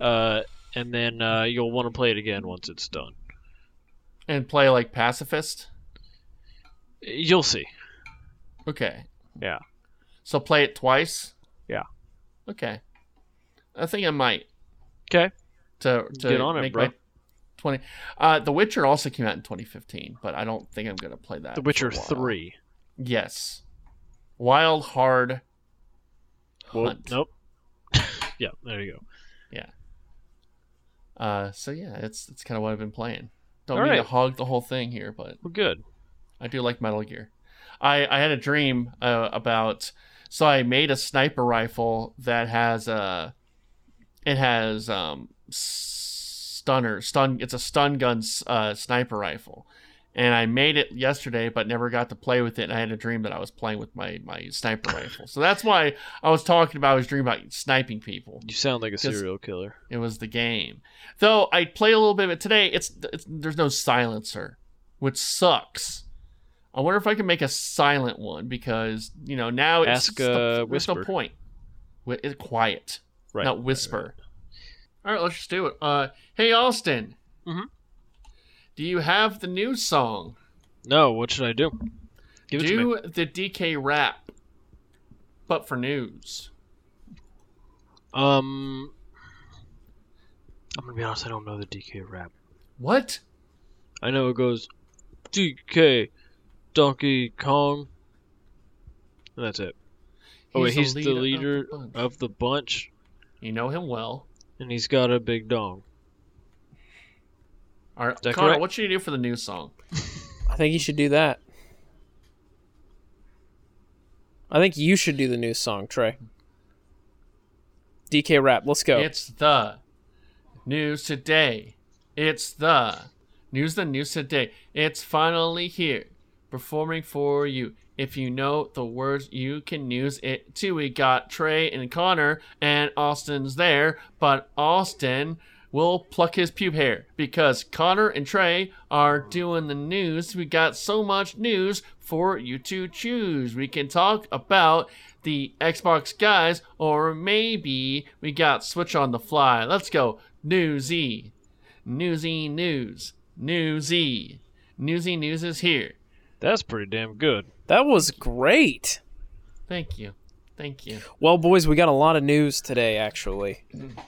[SPEAKER 5] uh, and then uh, you'll want to play it again once it's done.
[SPEAKER 2] and play like pacifist.
[SPEAKER 5] You'll see.
[SPEAKER 2] Okay.
[SPEAKER 5] Yeah.
[SPEAKER 2] So play it twice.
[SPEAKER 5] Yeah.
[SPEAKER 2] Okay. I think I might.
[SPEAKER 5] 'Kay.
[SPEAKER 2] To, to
[SPEAKER 5] Get on it,
[SPEAKER 2] make
[SPEAKER 5] bro.
[SPEAKER 2] my Twenty. Uh, The Witcher also came out in 2015, but I don't think I'm gonna play that.
[SPEAKER 5] The
[SPEAKER 2] for
[SPEAKER 5] Witcher
[SPEAKER 2] a while.
[SPEAKER 5] Three.
[SPEAKER 2] Yes. Wild Hard.
[SPEAKER 5] Whoa,
[SPEAKER 2] Hunt.
[SPEAKER 5] nope. yeah, there you go.
[SPEAKER 2] Uh, so yeah, it's it's kind of what I've been playing. Don't
[SPEAKER 5] All
[SPEAKER 2] mean to
[SPEAKER 5] right.
[SPEAKER 2] hog the whole thing here, but
[SPEAKER 5] Well, good.
[SPEAKER 2] I do like Metal Gear. I, I had a dream uh, about so I made a sniper rifle that has a it has um stunner stun it's a stun gun s- uh, sniper rifle and I made it yesterday but never got to play with it and I had a dream that I was playing with my my sniper rifle so that's why I was talking about I was dreaming about sniping people
[SPEAKER 5] You sound like a
[SPEAKER 2] 'Cause-
[SPEAKER 5] serial killer.
[SPEAKER 2] it was the game though I play a little bit of it today it's, it's there's no silencer which sucks. I wonder if I can make a silent one because you know now it's
[SPEAKER 5] Ask,
[SPEAKER 2] it's no-
[SPEAKER 5] uh,
[SPEAKER 2] there's no
[SPEAKER 5] Whisper.
[SPEAKER 2] point. Wi- It's quiet,
[SPEAKER 5] Right.
[SPEAKER 2] not whisper. All right, let's just do it. Uh, hey Austin,
[SPEAKER 5] Mhm.
[SPEAKER 2] do you have the new song?
[SPEAKER 5] No. What should I do? Give it to me.
[SPEAKER 2] do the DK rap, but for news.
[SPEAKER 5] Um, I'm gonna be honest. I don't know the DK rap.
[SPEAKER 2] What?
[SPEAKER 5] I know it goes DK Donkey Kong. And that's it. oh, wait, he's the leader
[SPEAKER 2] bunch.
[SPEAKER 5] of the bunch,
[SPEAKER 2] you know him well.
[SPEAKER 5] and he's got a big dong.
[SPEAKER 2] All right,
[SPEAKER 5] that
[SPEAKER 2] Connor,
[SPEAKER 5] correct?
[SPEAKER 2] what should you do for the new song?
[SPEAKER 3] I think you should do that. I think you should do the new song, Trey. DK rap, let's go.
[SPEAKER 2] It's the news today. It's the news, the news today. It's finally here, performing for you. If you know the words, you can use it too. We got Trey and Connor, and Austin's there, but Austin will pluck his pube hair because Connor and Trey are doing the news. We got so much news for you to choose. We can talk about the Xbox guys, or maybe we got Switch on the fly. Let's go. Newsy. Newsy news. Newsy. Newsy news is here.
[SPEAKER 5] That's pretty damn good.
[SPEAKER 3] that was great.
[SPEAKER 2] Thank you. Thank you.
[SPEAKER 3] Well, boys, we got a lot of news today, actually.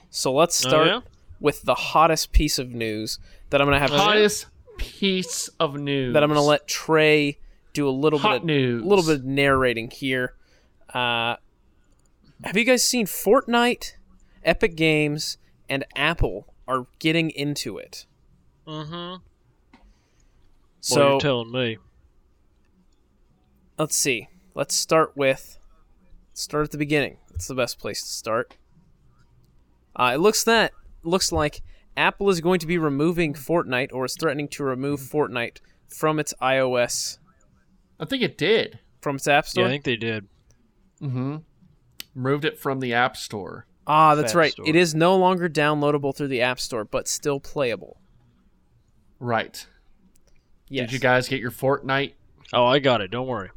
[SPEAKER 3] So let's
[SPEAKER 2] Oh,
[SPEAKER 3] start
[SPEAKER 5] Oh, yeah?
[SPEAKER 3] with the hottest piece of news that I'm gonna
[SPEAKER 2] Oh,
[SPEAKER 3] have
[SPEAKER 2] Hottest piece of news.
[SPEAKER 3] that I'm gonna let Trey do a little
[SPEAKER 2] Hot
[SPEAKER 3] bit,
[SPEAKER 2] news.
[SPEAKER 3] a little bit of narrating here. Uh, have you guys seen Fortnite, Epic Games, and Apple are getting into it?
[SPEAKER 5] Mm-hmm. well,
[SPEAKER 3] So
[SPEAKER 5] you're telling me.
[SPEAKER 3] let's see. Let's start with start at the beginning. That's the best place to start. Uh, it looks that looks like Apple is going to be removing Fortnite, or is threatening to remove Fortnite from its iOS
[SPEAKER 2] I think it did.
[SPEAKER 3] from its App Store.
[SPEAKER 5] Yeah, I think they did.
[SPEAKER 2] Mm-hmm. Removed it from the App Store.
[SPEAKER 3] Ah, that's
[SPEAKER 5] App
[SPEAKER 3] right.
[SPEAKER 5] Store.
[SPEAKER 3] It is no longer downloadable through the App Store, but still playable.
[SPEAKER 2] Right.
[SPEAKER 3] Yes.
[SPEAKER 2] Did you guys get your Fortnite?
[SPEAKER 5] Oh, I got it. Don't worry.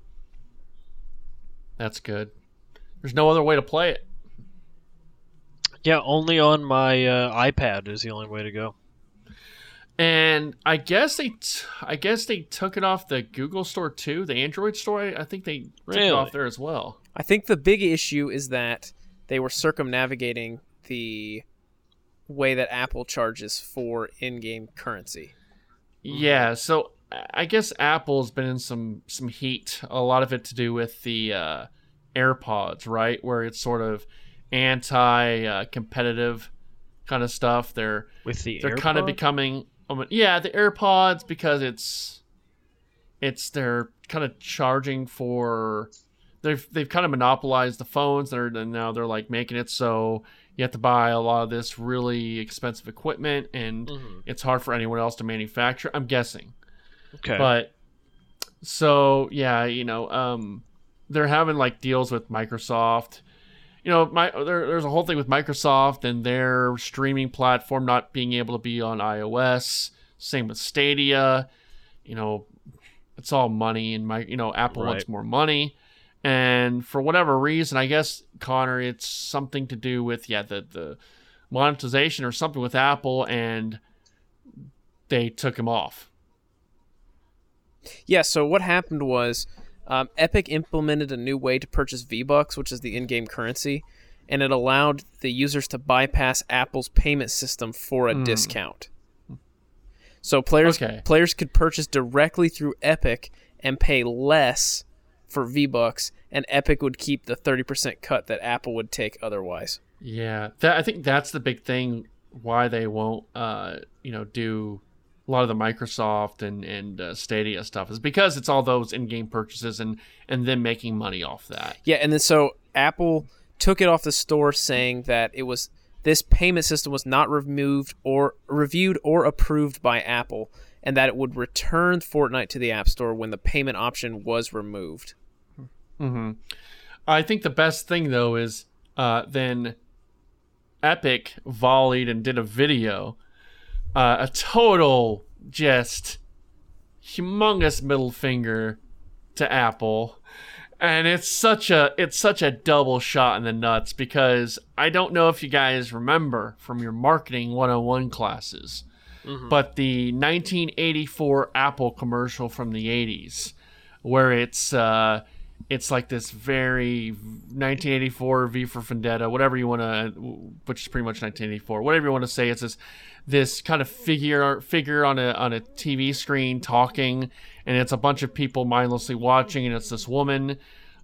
[SPEAKER 2] That's good. There's no other way to play it.
[SPEAKER 5] Yeah, only on my uh, iPad is the only way to go.
[SPEAKER 2] And I guess they, t- I guess they took it off the Google Store too, the Android Store. I I think they took
[SPEAKER 5] Really?
[SPEAKER 2] it off there as well.
[SPEAKER 3] I think the big issue is that they were circumnavigating the way that Apple charges for in-game currency.
[SPEAKER 2] Yeah, so I guess Apple's been in some some heat. A lot of it to do with the uh, AirPods, right? Where it's sort of anti-competitive kind of stuff. They're
[SPEAKER 5] With the
[SPEAKER 2] they're kind of
[SPEAKER 5] AirPod?
[SPEAKER 2] becoming, I mean, yeah, the AirPods because it's it's they're kind of charging for they've they've kind of monopolized the phones. They're and now they're like making it so you have to buy a lot of this really expensive equipment and
[SPEAKER 5] Mhm.
[SPEAKER 2] it's hard for anyone else to manufacture. I'm guessing.
[SPEAKER 5] Okay.
[SPEAKER 2] But so yeah, you know, um, they're having like deals with Microsoft. You know, my there, there's a whole thing with Microsoft and their streaming platform not being able to be on iOS. Same with Stadia. You know, it's all money, and my you know Apple wants
[SPEAKER 5] Right.
[SPEAKER 2] more money. And for whatever reason, I guess Connor, it's something to do with yeah the the monetization or something with Apple, and they took him off.
[SPEAKER 3] Yeah, so what happened was um, Epic implemented a new way to purchase V-Bucks, which is the in game currency, and it allowed the users to bypass Apple's payment system for a discount. So players
[SPEAKER 2] Okay.
[SPEAKER 3] players could purchase directly through Epic and pay less for V-Bucks, and Epic would keep the 30% cut that Apple would take otherwise.
[SPEAKER 2] Yeah, that I think that's the big thing why they won't, uh, you know, do a lot of the Microsoft and and uh, Stadia stuff is because it's all those in-game purchases and and then making money off that.
[SPEAKER 3] Yeah, and then so Apple took it off the store, saying that it was this payment system was not removed or reviewed or approved by Apple, and that it would return Fortnite to the App Store when the payment option was removed.
[SPEAKER 2] I think the best thing though is uh, then Epic volleyed and did a video, uh, a total just humongous middle finger to Apple, and it's such a it's such a double shot in the nuts because I don't know if you guys remember from your marketing 101 classes, but the 1984 Apple commercial from the 80s where it's uh it's like this very 1984 V for Vendetta, whatever you want to, which is pretty much 1984, whatever you want to say. It's this this kind of figure figure on a on a TV screen talking, and it's a bunch of people mindlessly watching, and it's this woman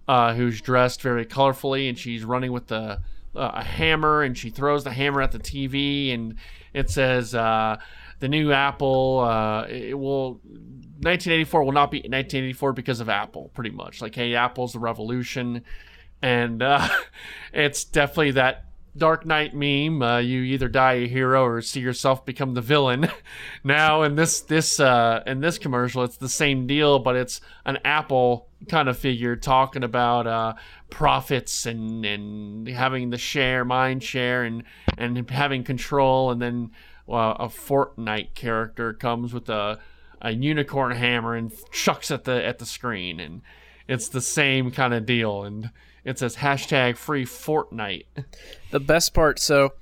[SPEAKER 2] uh, who's dressed very colorfully, and she's running with the uh, a hammer, and she throws the hammer at the TV, and it says. Uh, the new Apple, uh, it will 1984 will not be 1984 because of Apple, pretty much. Like, hey, Apple's the revolution, and uh, it's definitely that Dark Knight meme. Uh, you either die a hero or see yourself become the villain. now, in this this uh, in this commercial, it's the same deal, but it's an Apple kind of figure talking about uh, profits and and having the share, mind share, and and having control, and then. Uh, a Fortnite character comes with a a unicorn hammer and chucks at the at the screen and it's the same kind of deal and it says hashtag free Fortnite.
[SPEAKER 3] The best part, so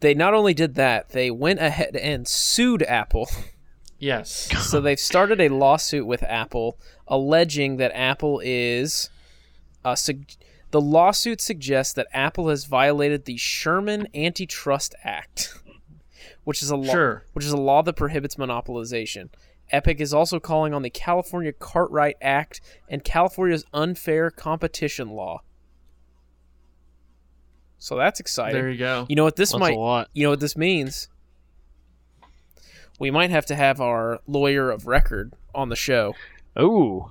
[SPEAKER 3] they not only did that, they went ahead and sued Apple.
[SPEAKER 2] Yes.
[SPEAKER 3] so they've started a lawsuit with Apple alleging that Apple is uh, sug- the lawsuit suggests that Apple has violated the Sherman Antitrust Act, which is a law
[SPEAKER 2] Sure.
[SPEAKER 3] which is a law that prohibits monopolization. Epic is also calling on the California Cartwright Act and California's unfair competition law. So that's exciting.
[SPEAKER 2] There you go.
[SPEAKER 3] You know what this
[SPEAKER 5] That's
[SPEAKER 3] might
[SPEAKER 5] a lot.
[SPEAKER 3] you know what this means? We might have to have our lawyer of record on the show
[SPEAKER 5] Oh,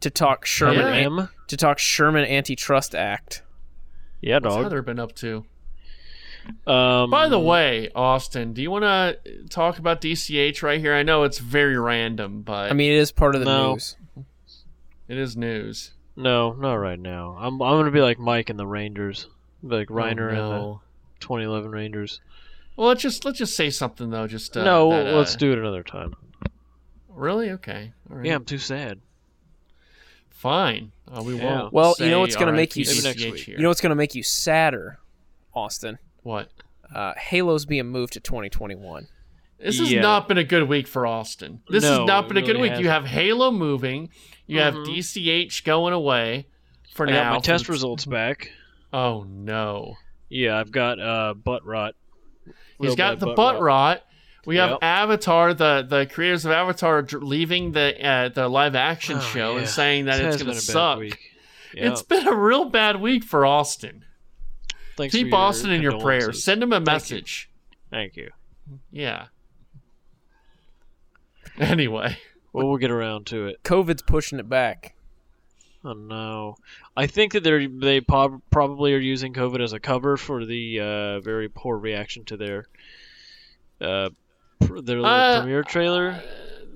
[SPEAKER 3] to talk Sherman
[SPEAKER 2] Yeah.
[SPEAKER 3] an-
[SPEAKER 5] M.
[SPEAKER 3] to talk Sherman Antitrust Act.
[SPEAKER 5] Yeah,
[SPEAKER 2] What's
[SPEAKER 5] dog.
[SPEAKER 2] Heather been up to?
[SPEAKER 5] Um,
[SPEAKER 2] By the way, Austin, do you want to talk about DCH right here? I know it's very random, but
[SPEAKER 3] I mean, it is part of the
[SPEAKER 5] No.
[SPEAKER 3] news.
[SPEAKER 2] it is news.
[SPEAKER 3] uh,
[SPEAKER 5] no, not right now. I'm I'm gonna be like Mike and the Rangers, like Reiner
[SPEAKER 2] Oh, no.
[SPEAKER 5] and 2011 Rangers.
[SPEAKER 2] Well, let's just let's just say something though. Just uh,
[SPEAKER 5] no,
[SPEAKER 2] that, uh,
[SPEAKER 5] let's do it another time.
[SPEAKER 2] Really? Okay. All right.
[SPEAKER 5] Yeah, I'm too sad.
[SPEAKER 2] Fine. Uh, we
[SPEAKER 5] Yeah.
[SPEAKER 2] won't.
[SPEAKER 3] Well, you
[SPEAKER 2] say
[SPEAKER 3] know what's gonna make you
[SPEAKER 2] RIPDCH
[SPEAKER 5] Maybe next week.
[SPEAKER 2] here.
[SPEAKER 3] You know what's going to make you sadder, Austin?
[SPEAKER 2] what?
[SPEAKER 3] Uh, Halo's being moved to 2021.
[SPEAKER 2] This has
[SPEAKER 5] Yeah.
[SPEAKER 2] not been a good week for Austin. This
[SPEAKER 5] No,
[SPEAKER 2] has not been
[SPEAKER 5] it
[SPEAKER 2] a good
[SPEAKER 5] really Mm-hmm.
[SPEAKER 2] week. You have Halo moving. You have DCH going away for
[SPEAKER 5] I
[SPEAKER 2] now.
[SPEAKER 5] got my
[SPEAKER 2] from-
[SPEAKER 5] test results back.
[SPEAKER 2] Oh no.
[SPEAKER 5] Yeah, I've got uh, butt rot.
[SPEAKER 2] He's
[SPEAKER 5] Real
[SPEAKER 2] got
[SPEAKER 5] bad
[SPEAKER 2] the butt rot. We have
[SPEAKER 5] Yep.
[SPEAKER 2] Avatar, the the creators of Avatar, dr- leaving the uh, the live action
[SPEAKER 5] Oh,
[SPEAKER 2] show
[SPEAKER 5] yeah.
[SPEAKER 2] and saying that it's
[SPEAKER 5] This has
[SPEAKER 2] going
[SPEAKER 5] been
[SPEAKER 2] to
[SPEAKER 5] a bad
[SPEAKER 2] suck.
[SPEAKER 5] week. Yeah.
[SPEAKER 2] It's been a real bad week for Austin.
[SPEAKER 5] Thanks for
[SPEAKER 2] Keep
[SPEAKER 5] your
[SPEAKER 2] Austin in your
[SPEAKER 5] condolences.
[SPEAKER 2] prayers. Send him a
[SPEAKER 5] Thank you.
[SPEAKER 2] message.
[SPEAKER 5] Thank you.
[SPEAKER 2] Yeah. Anyway,
[SPEAKER 5] Well, we'll get around to it.
[SPEAKER 3] COVID's pushing it back.
[SPEAKER 5] Oh no! I think that they're they prob- probably are using COVID as a cover for the uh, very poor reaction to their uh, pr- their little
[SPEAKER 2] Uh,
[SPEAKER 5] premiere trailer.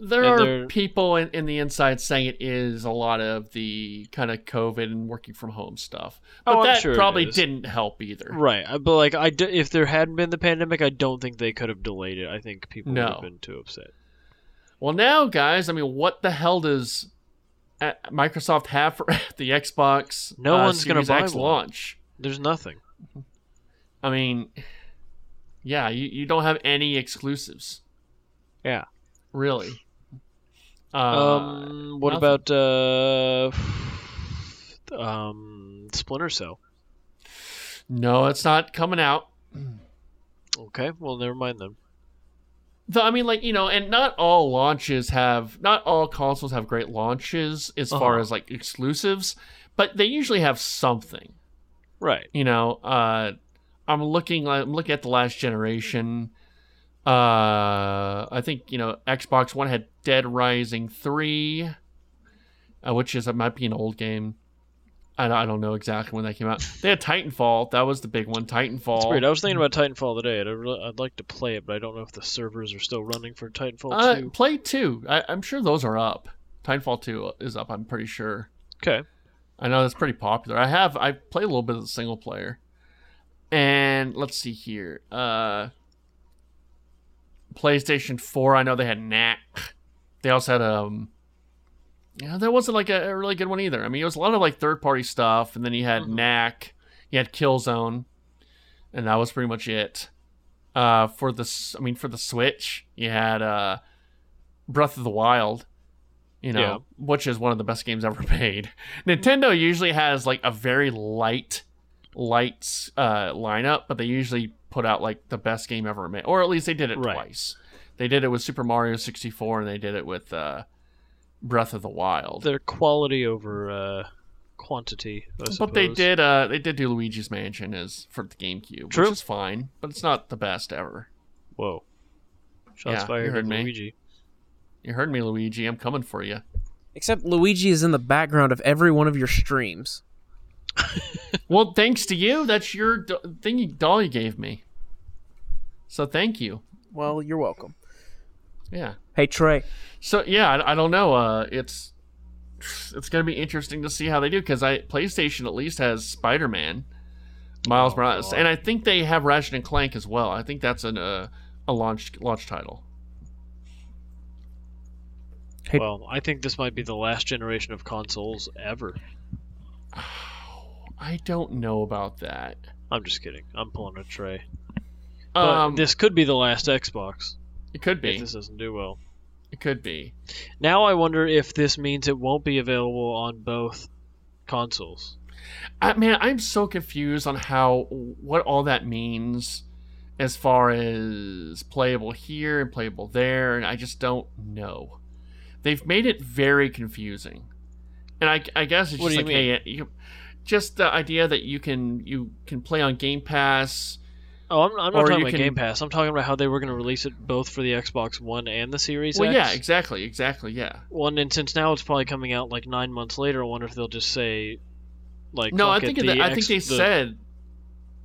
[SPEAKER 2] there
[SPEAKER 5] And
[SPEAKER 2] are
[SPEAKER 5] they're-
[SPEAKER 2] people in, in the inside saying it is a lot of the kind of COVID and working from home stuff, but
[SPEAKER 5] Oh, I'm
[SPEAKER 2] that
[SPEAKER 5] sure it
[SPEAKER 2] probably
[SPEAKER 5] is.
[SPEAKER 2] didn't help either.
[SPEAKER 5] Right, I- but like I, d- if there hadn't been the pandemic, I don't think they could have delayed it. I think people would
[SPEAKER 2] No.
[SPEAKER 5] have been too upset.
[SPEAKER 2] Well, now, guys, I mean, what the hell does uh, Microsoft have for the Xbox?
[SPEAKER 5] No
[SPEAKER 2] uh,
[SPEAKER 5] one's gonna
[SPEAKER 2] Series
[SPEAKER 5] buy
[SPEAKER 2] X
[SPEAKER 5] one.
[SPEAKER 2] launch.
[SPEAKER 5] There's nothing.
[SPEAKER 2] I mean, yeah, you, you don't have any exclusives,
[SPEAKER 5] Yeah.
[SPEAKER 2] really. Uh,
[SPEAKER 5] Um, what
[SPEAKER 2] nothing.
[SPEAKER 5] about uh, um, Splinter Cell?
[SPEAKER 2] no, it's not coming out.
[SPEAKER 5] Okay, well never mind then.
[SPEAKER 2] Though I mean, like you know, and not all launches have, not all consoles have great launches as far
[SPEAKER 5] Uh-huh.
[SPEAKER 2] as like exclusives, but they usually have something.
[SPEAKER 5] Right.
[SPEAKER 2] you know uh i'm looking i'm looking at the last generation uh i think you know xbox one had dead rising 3 uh, which is it might be an old game I don't, I don't know exactly when that came out they had titanfall that was the big one
[SPEAKER 5] It's
[SPEAKER 2] titanfall
[SPEAKER 5] weird. I was thinking about Titanfall today. and I really, I'd like to play it, but I don't know if the servers are still running for Titanfall
[SPEAKER 2] uh,
[SPEAKER 5] 2.
[SPEAKER 2] play 2 I, i'm sure those are up titanfall 2 is up i'm pretty sure
[SPEAKER 5] Okay.
[SPEAKER 2] I know that's pretty popular. I have I played a little bit of the single player. And let's see here. Uh PlayStation 4, I know they had Knack. They also had um Yeah, that wasn't like a, a really good one either. I mean, it was a lot of like third party stuff and then you had Knack, you had Killzone, and that was pretty much it. Uh for the s- I mean for the Switch, you had uh Breath of the Wild, you know,
[SPEAKER 5] Yeah.
[SPEAKER 2] which is one of the best games ever made. Nintendo usually has like a very light, light uh, lineup, but they usually put out like the best game ever made, or at least they did it
[SPEAKER 5] Right.
[SPEAKER 2] twice. They did it with Super Mario 64, and they did it with uh, Breath of the Wild.
[SPEAKER 5] Their quality over uh, quantity, I suppose.
[SPEAKER 2] but they did, uh, they did do Luigi's Mansion as for the GameCube,
[SPEAKER 5] True.
[SPEAKER 2] which is fine, but it's not the best ever.
[SPEAKER 5] Whoa. Shots
[SPEAKER 2] Yeah, you
[SPEAKER 5] fired
[SPEAKER 2] heard
[SPEAKER 5] at
[SPEAKER 2] me.
[SPEAKER 5] Luigi.
[SPEAKER 2] You heard me, Luigi. I'm coming for you.
[SPEAKER 3] Except Luigi is in the background of every one of your streams.
[SPEAKER 2] Well, thanks to you, that's your do- thingy doll you gave me. So thank you.
[SPEAKER 3] Well, you're welcome.
[SPEAKER 2] Yeah.
[SPEAKER 3] Hey Trey,
[SPEAKER 2] So yeah, I, I don't know. Uh, it's it's gonna be interesting to see how they do because I PlayStation at least has Spider Man, Miles Morales,
[SPEAKER 5] Oh,
[SPEAKER 2] and I think they have Ratchet and Clank as well. I think that's an uh, a launch launch title.
[SPEAKER 3] Hey-
[SPEAKER 5] Well, I think this might be the last generation of consoles ever.
[SPEAKER 2] I don't know about that.
[SPEAKER 5] I'm just kidding. I'm pulling a tray. But
[SPEAKER 2] Um,
[SPEAKER 5] this could be the last Xbox
[SPEAKER 2] it could
[SPEAKER 5] if
[SPEAKER 2] be.
[SPEAKER 5] this doesn't do well.
[SPEAKER 2] It could be.
[SPEAKER 5] Now I wonder if this means it won't be available on both consoles.
[SPEAKER 2] I, man, I'm so confused on how what all that means as far as playable here and playable there, and I just don't know. They've made it very confusing, and I, I guess it's
[SPEAKER 5] What
[SPEAKER 2] just
[SPEAKER 5] do
[SPEAKER 2] like
[SPEAKER 5] you mean?
[SPEAKER 2] hey, you, just the idea that you can you can play on Game Pass.
[SPEAKER 5] Oh, I'm, I'm not
[SPEAKER 2] Or
[SPEAKER 5] talking
[SPEAKER 2] you
[SPEAKER 5] about Game
[SPEAKER 2] can-
[SPEAKER 5] Pass. I'm talking about how they were going to release it both for the Xbox One and the Series
[SPEAKER 2] Well,
[SPEAKER 5] X.
[SPEAKER 2] yeah, exactly, exactly, yeah.
[SPEAKER 5] One, and since now it's probably coming out like nine months later, I wonder if they'll just say, like,
[SPEAKER 2] No, I
[SPEAKER 5] fuck it,
[SPEAKER 2] think
[SPEAKER 5] the
[SPEAKER 2] that, I
[SPEAKER 5] X-
[SPEAKER 2] think they
[SPEAKER 5] the-
[SPEAKER 2] said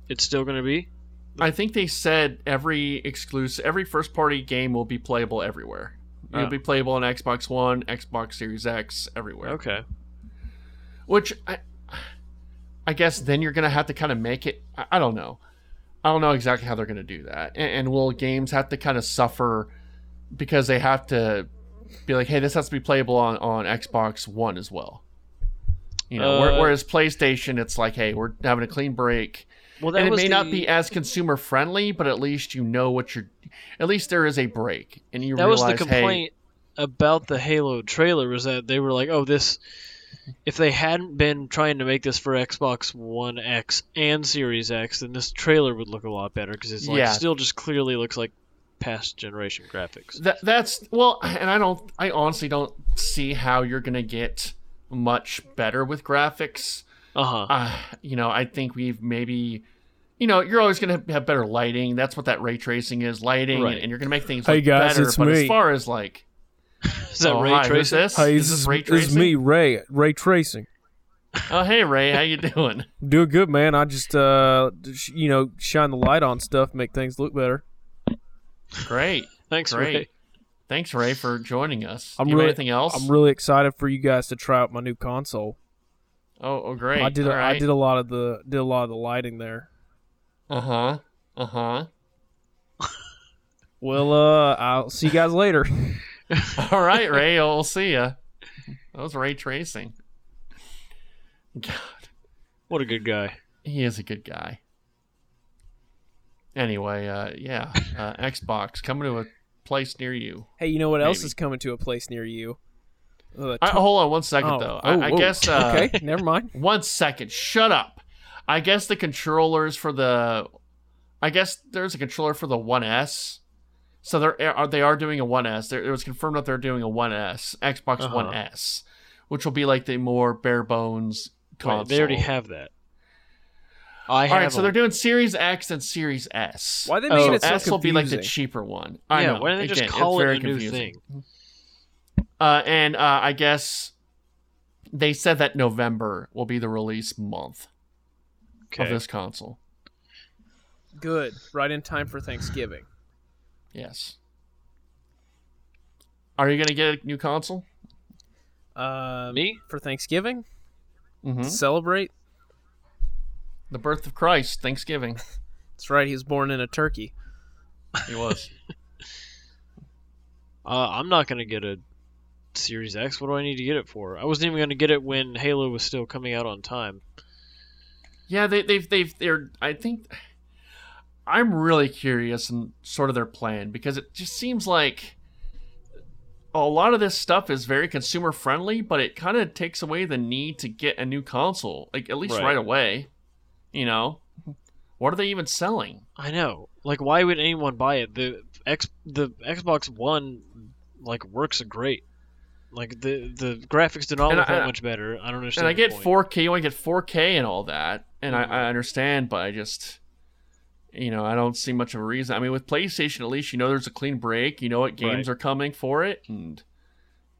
[SPEAKER 5] it's still going to be.
[SPEAKER 2] I think they said every exclusive, every first party game will be playable everywhere. It'll
[SPEAKER 5] Oh.
[SPEAKER 2] be playable on Xbox One, Xbox Series X, everywhere.
[SPEAKER 5] Okay.
[SPEAKER 2] Which I, I guess then you're gonna have to kind of make it. I, I don't know. I don't know exactly how they're going to do that. And, and will games have to kind of suffer because they have to be like, hey, this has to be playable on, on Xbox One as well? You know, where-
[SPEAKER 5] Uh,
[SPEAKER 2] whereas PlayStation, it's like, hey, we're having a clean break.
[SPEAKER 5] Well, that
[SPEAKER 2] And it
[SPEAKER 5] was
[SPEAKER 2] may not
[SPEAKER 5] the-
[SPEAKER 2] be as consumer friendly, but at least you know what you're. At least there is a break, and you
[SPEAKER 5] that
[SPEAKER 2] realize,
[SPEAKER 5] was the
[SPEAKER 2] hey,
[SPEAKER 5] complaint about the Halo trailer was that they were like, "Oh, this if they hadn't been trying to make this for Xbox One X and Series X, then this trailer would look a lot better because it's like
[SPEAKER 2] Yeah.
[SPEAKER 5] still just clearly looks like past generation graphics."
[SPEAKER 2] That that's well, and I don't. I honestly don't see how you're gonna get much better with graphics.
[SPEAKER 5] Uh huh.
[SPEAKER 2] Uh, you know, I think we've maybe. You know, you're always gonna have better lighting. That's what that ray tracing is, lighting,
[SPEAKER 5] Right.
[SPEAKER 2] and you're gonna make things
[SPEAKER 3] Hey,
[SPEAKER 2] look
[SPEAKER 3] guys,
[SPEAKER 2] better.
[SPEAKER 3] it's
[SPEAKER 2] but as
[SPEAKER 3] me.
[SPEAKER 2] far as like,
[SPEAKER 5] Is that
[SPEAKER 2] oh,
[SPEAKER 5] ray
[SPEAKER 2] hi, who's
[SPEAKER 5] tracing?
[SPEAKER 2] this? is this ray
[SPEAKER 3] it's
[SPEAKER 2] tracing?
[SPEAKER 3] me, Ray. Ray tracing.
[SPEAKER 2] Oh, hey Ray, how you doing?
[SPEAKER 3] Do good, man. I just, uh, sh- you know, shine the light on stuff, make things look better.
[SPEAKER 2] Great,
[SPEAKER 5] Thanks,
[SPEAKER 2] great.
[SPEAKER 5] Ray.
[SPEAKER 2] Thanks, Ray, for joining us.
[SPEAKER 3] I'm
[SPEAKER 2] you have
[SPEAKER 3] really-
[SPEAKER 2] anything else?
[SPEAKER 3] I'm really excited for you guys to try out my new console.
[SPEAKER 2] oh, oh, great.
[SPEAKER 3] I did, a,
[SPEAKER 2] All
[SPEAKER 3] I
[SPEAKER 2] right.
[SPEAKER 3] did a lot of the, did a lot of the lighting there.
[SPEAKER 2] Uh huh. Uh huh.
[SPEAKER 3] Well, uh, I'll see you guys later.
[SPEAKER 2] All right, Ray. I'll see ya. That was Ray Tracing. God,
[SPEAKER 5] What a good guy.
[SPEAKER 2] he is a good guy. Anyway, uh, yeah, uh, Xbox coming to a place near you.
[SPEAKER 3] hey, you know what else
[SPEAKER 2] Maybe.
[SPEAKER 3] is coming to a place near you? Uh,
[SPEAKER 2] I, hold on one second
[SPEAKER 3] oh,
[SPEAKER 2] though.
[SPEAKER 3] oh,
[SPEAKER 2] I, I
[SPEAKER 3] whoa.
[SPEAKER 2] guess. Uh,
[SPEAKER 3] okay, never mind.
[SPEAKER 2] One second. Shut up. I guess the controllers for the. I guess there's a controller for the 1S. So they're are they are doing a 1S. There, it was confirmed that they're doing a 1S, Xbox
[SPEAKER 5] Uh-huh.
[SPEAKER 2] One S, which will be like the more bare bones console.
[SPEAKER 5] Wait, they already have that. I
[SPEAKER 2] All
[SPEAKER 5] have.
[SPEAKER 2] right, so
[SPEAKER 5] a-
[SPEAKER 2] they're doing Series X and Series S.
[SPEAKER 3] Why they
[SPEAKER 5] Oh,
[SPEAKER 3] making it
[SPEAKER 2] So
[SPEAKER 3] so
[SPEAKER 2] S will be like the
[SPEAKER 3] confusing?
[SPEAKER 2] cheaper one. I
[SPEAKER 5] yeah,
[SPEAKER 2] know.
[SPEAKER 5] why don't they just
[SPEAKER 2] Again,
[SPEAKER 5] call
[SPEAKER 2] it's
[SPEAKER 5] it
[SPEAKER 2] very
[SPEAKER 5] a new
[SPEAKER 2] confusing.
[SPEAKER 5] thing?
[SPEAKER 2] Uh, and uh, I guess they said that November will be the release month of
[SPEAKER 5] Okay.
[SPEAKER 2] this console.
[SPEAKER 3] Good, right in time for Thanksgiving.
[SPEAKER 2] Yes. Are you gonna get a new console?
[SPEAKER 3] Um,
[SPEAKER 5] Me?
[SPEAKER 3] for Thanksgiving
[SPEAKER 2] Mm-hmm.
[SPEAKER 3] to celebrate.
[SPEAKER 2] The birth of Christ, Thanksgiving.
[SPEAKER 3] That's right. He was born in a turkey.
[SPEAKER 2] He was.
[SPEAKER 5] Uh, I'm not gonna get a Series X. What do I need to get it for? I wasn't even gonna get it when Halo was still coming out on time.
[SPEAKER 2] yeah, they, they've they've they're. I think I'm really curious and sort of their plan because it just seems like a lot of this stuff is very consumer friendly, but it kind of takes away the need to get a new console, like at least
[SPEAKER 5] Right.
[SPEAKER 2] right away. You know, what are they even selling?
[SPEAKER 5] I know. Like, why would anyone buy it? The X, the Xbox One, like, works great. Like the the graphics did not
[SPEAKER 2] And
[SPEAKER 5] look
[SPEAKER 2] I-
[SPEAKER 5] that
[SPEAKER 2] I-
[SPEAKER 5] much better. I don't understand.
[SPEAKER 2] and I
[SPEAKER 5] your
[SPEAKER 2] get
[SPEAKER 5] point.
[SPEAKER 2] 4K. You want to get 4K and all that, and
[SPEAKER 3] Mm-hmm.
[SPEAKER 2] I, I understand, but I just, you know, I don't see much of a reason. I mean, with PlayStation, at least you know there's a clean break. You know what games
[SPEAKER 5] Right.
[SPEAKER 2] are coming for it, and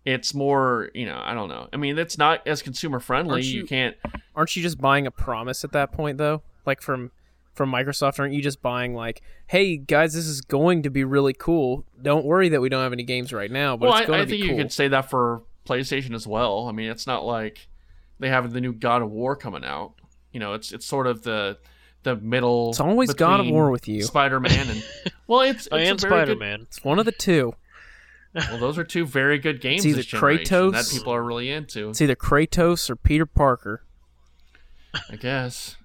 [SPEAKER 2] it's more, you know, I don't know. I mean, it's not as consumer friendly.
[SPEAKER 3] Aren't
[SPEAKER 2] You,
[SPEAKER 3] you-
[SPEAKER 2] can't.
[SPEAKER 3] Aren't you just buying a promise at that point though? Like from from Microsoft, aren't you just buying like, "Hey guys, this is going to be really cool. Don't worry that we don't have any games right now, but
[SPEAKER 2] Well, I,
[SPEAKER 3] it's going
[SPEAKER 2] I
[SPEAKER 3] to be
[SPEAKER 2] think
[SPEAKER 3] cool."
[SPEAKER 2] you could say that for PlayStation as well. I mean, it's not like they have the new God of War coming out. You know, it's it's sort of the the middle.
[SPEAKER 3] It's always God of
[SPEAKER 2] between
[SPEAKER 3] War with you.
[SPEAKER 2] Spider-Man and well, it's, it's
[SPEAKER 5] I am
[SPEAKER 2] a very
[SPEAKER 5] Spider
[SPEAKER 2] good-
[SPEAKER 5] Man.
[SPEAKER 3] It's one of the two.
[SPEAKER 2] Well, those are two very good games.
[SPEAKER 3] It's either
[SPEAKER 2] this generation that
[SPEAKER 3] Kratos-
[SPEAKER 2] people are really into,
[SPEAKER 3] It's either Kratos or Peter Parker.
[SPEAKER 2] I guess,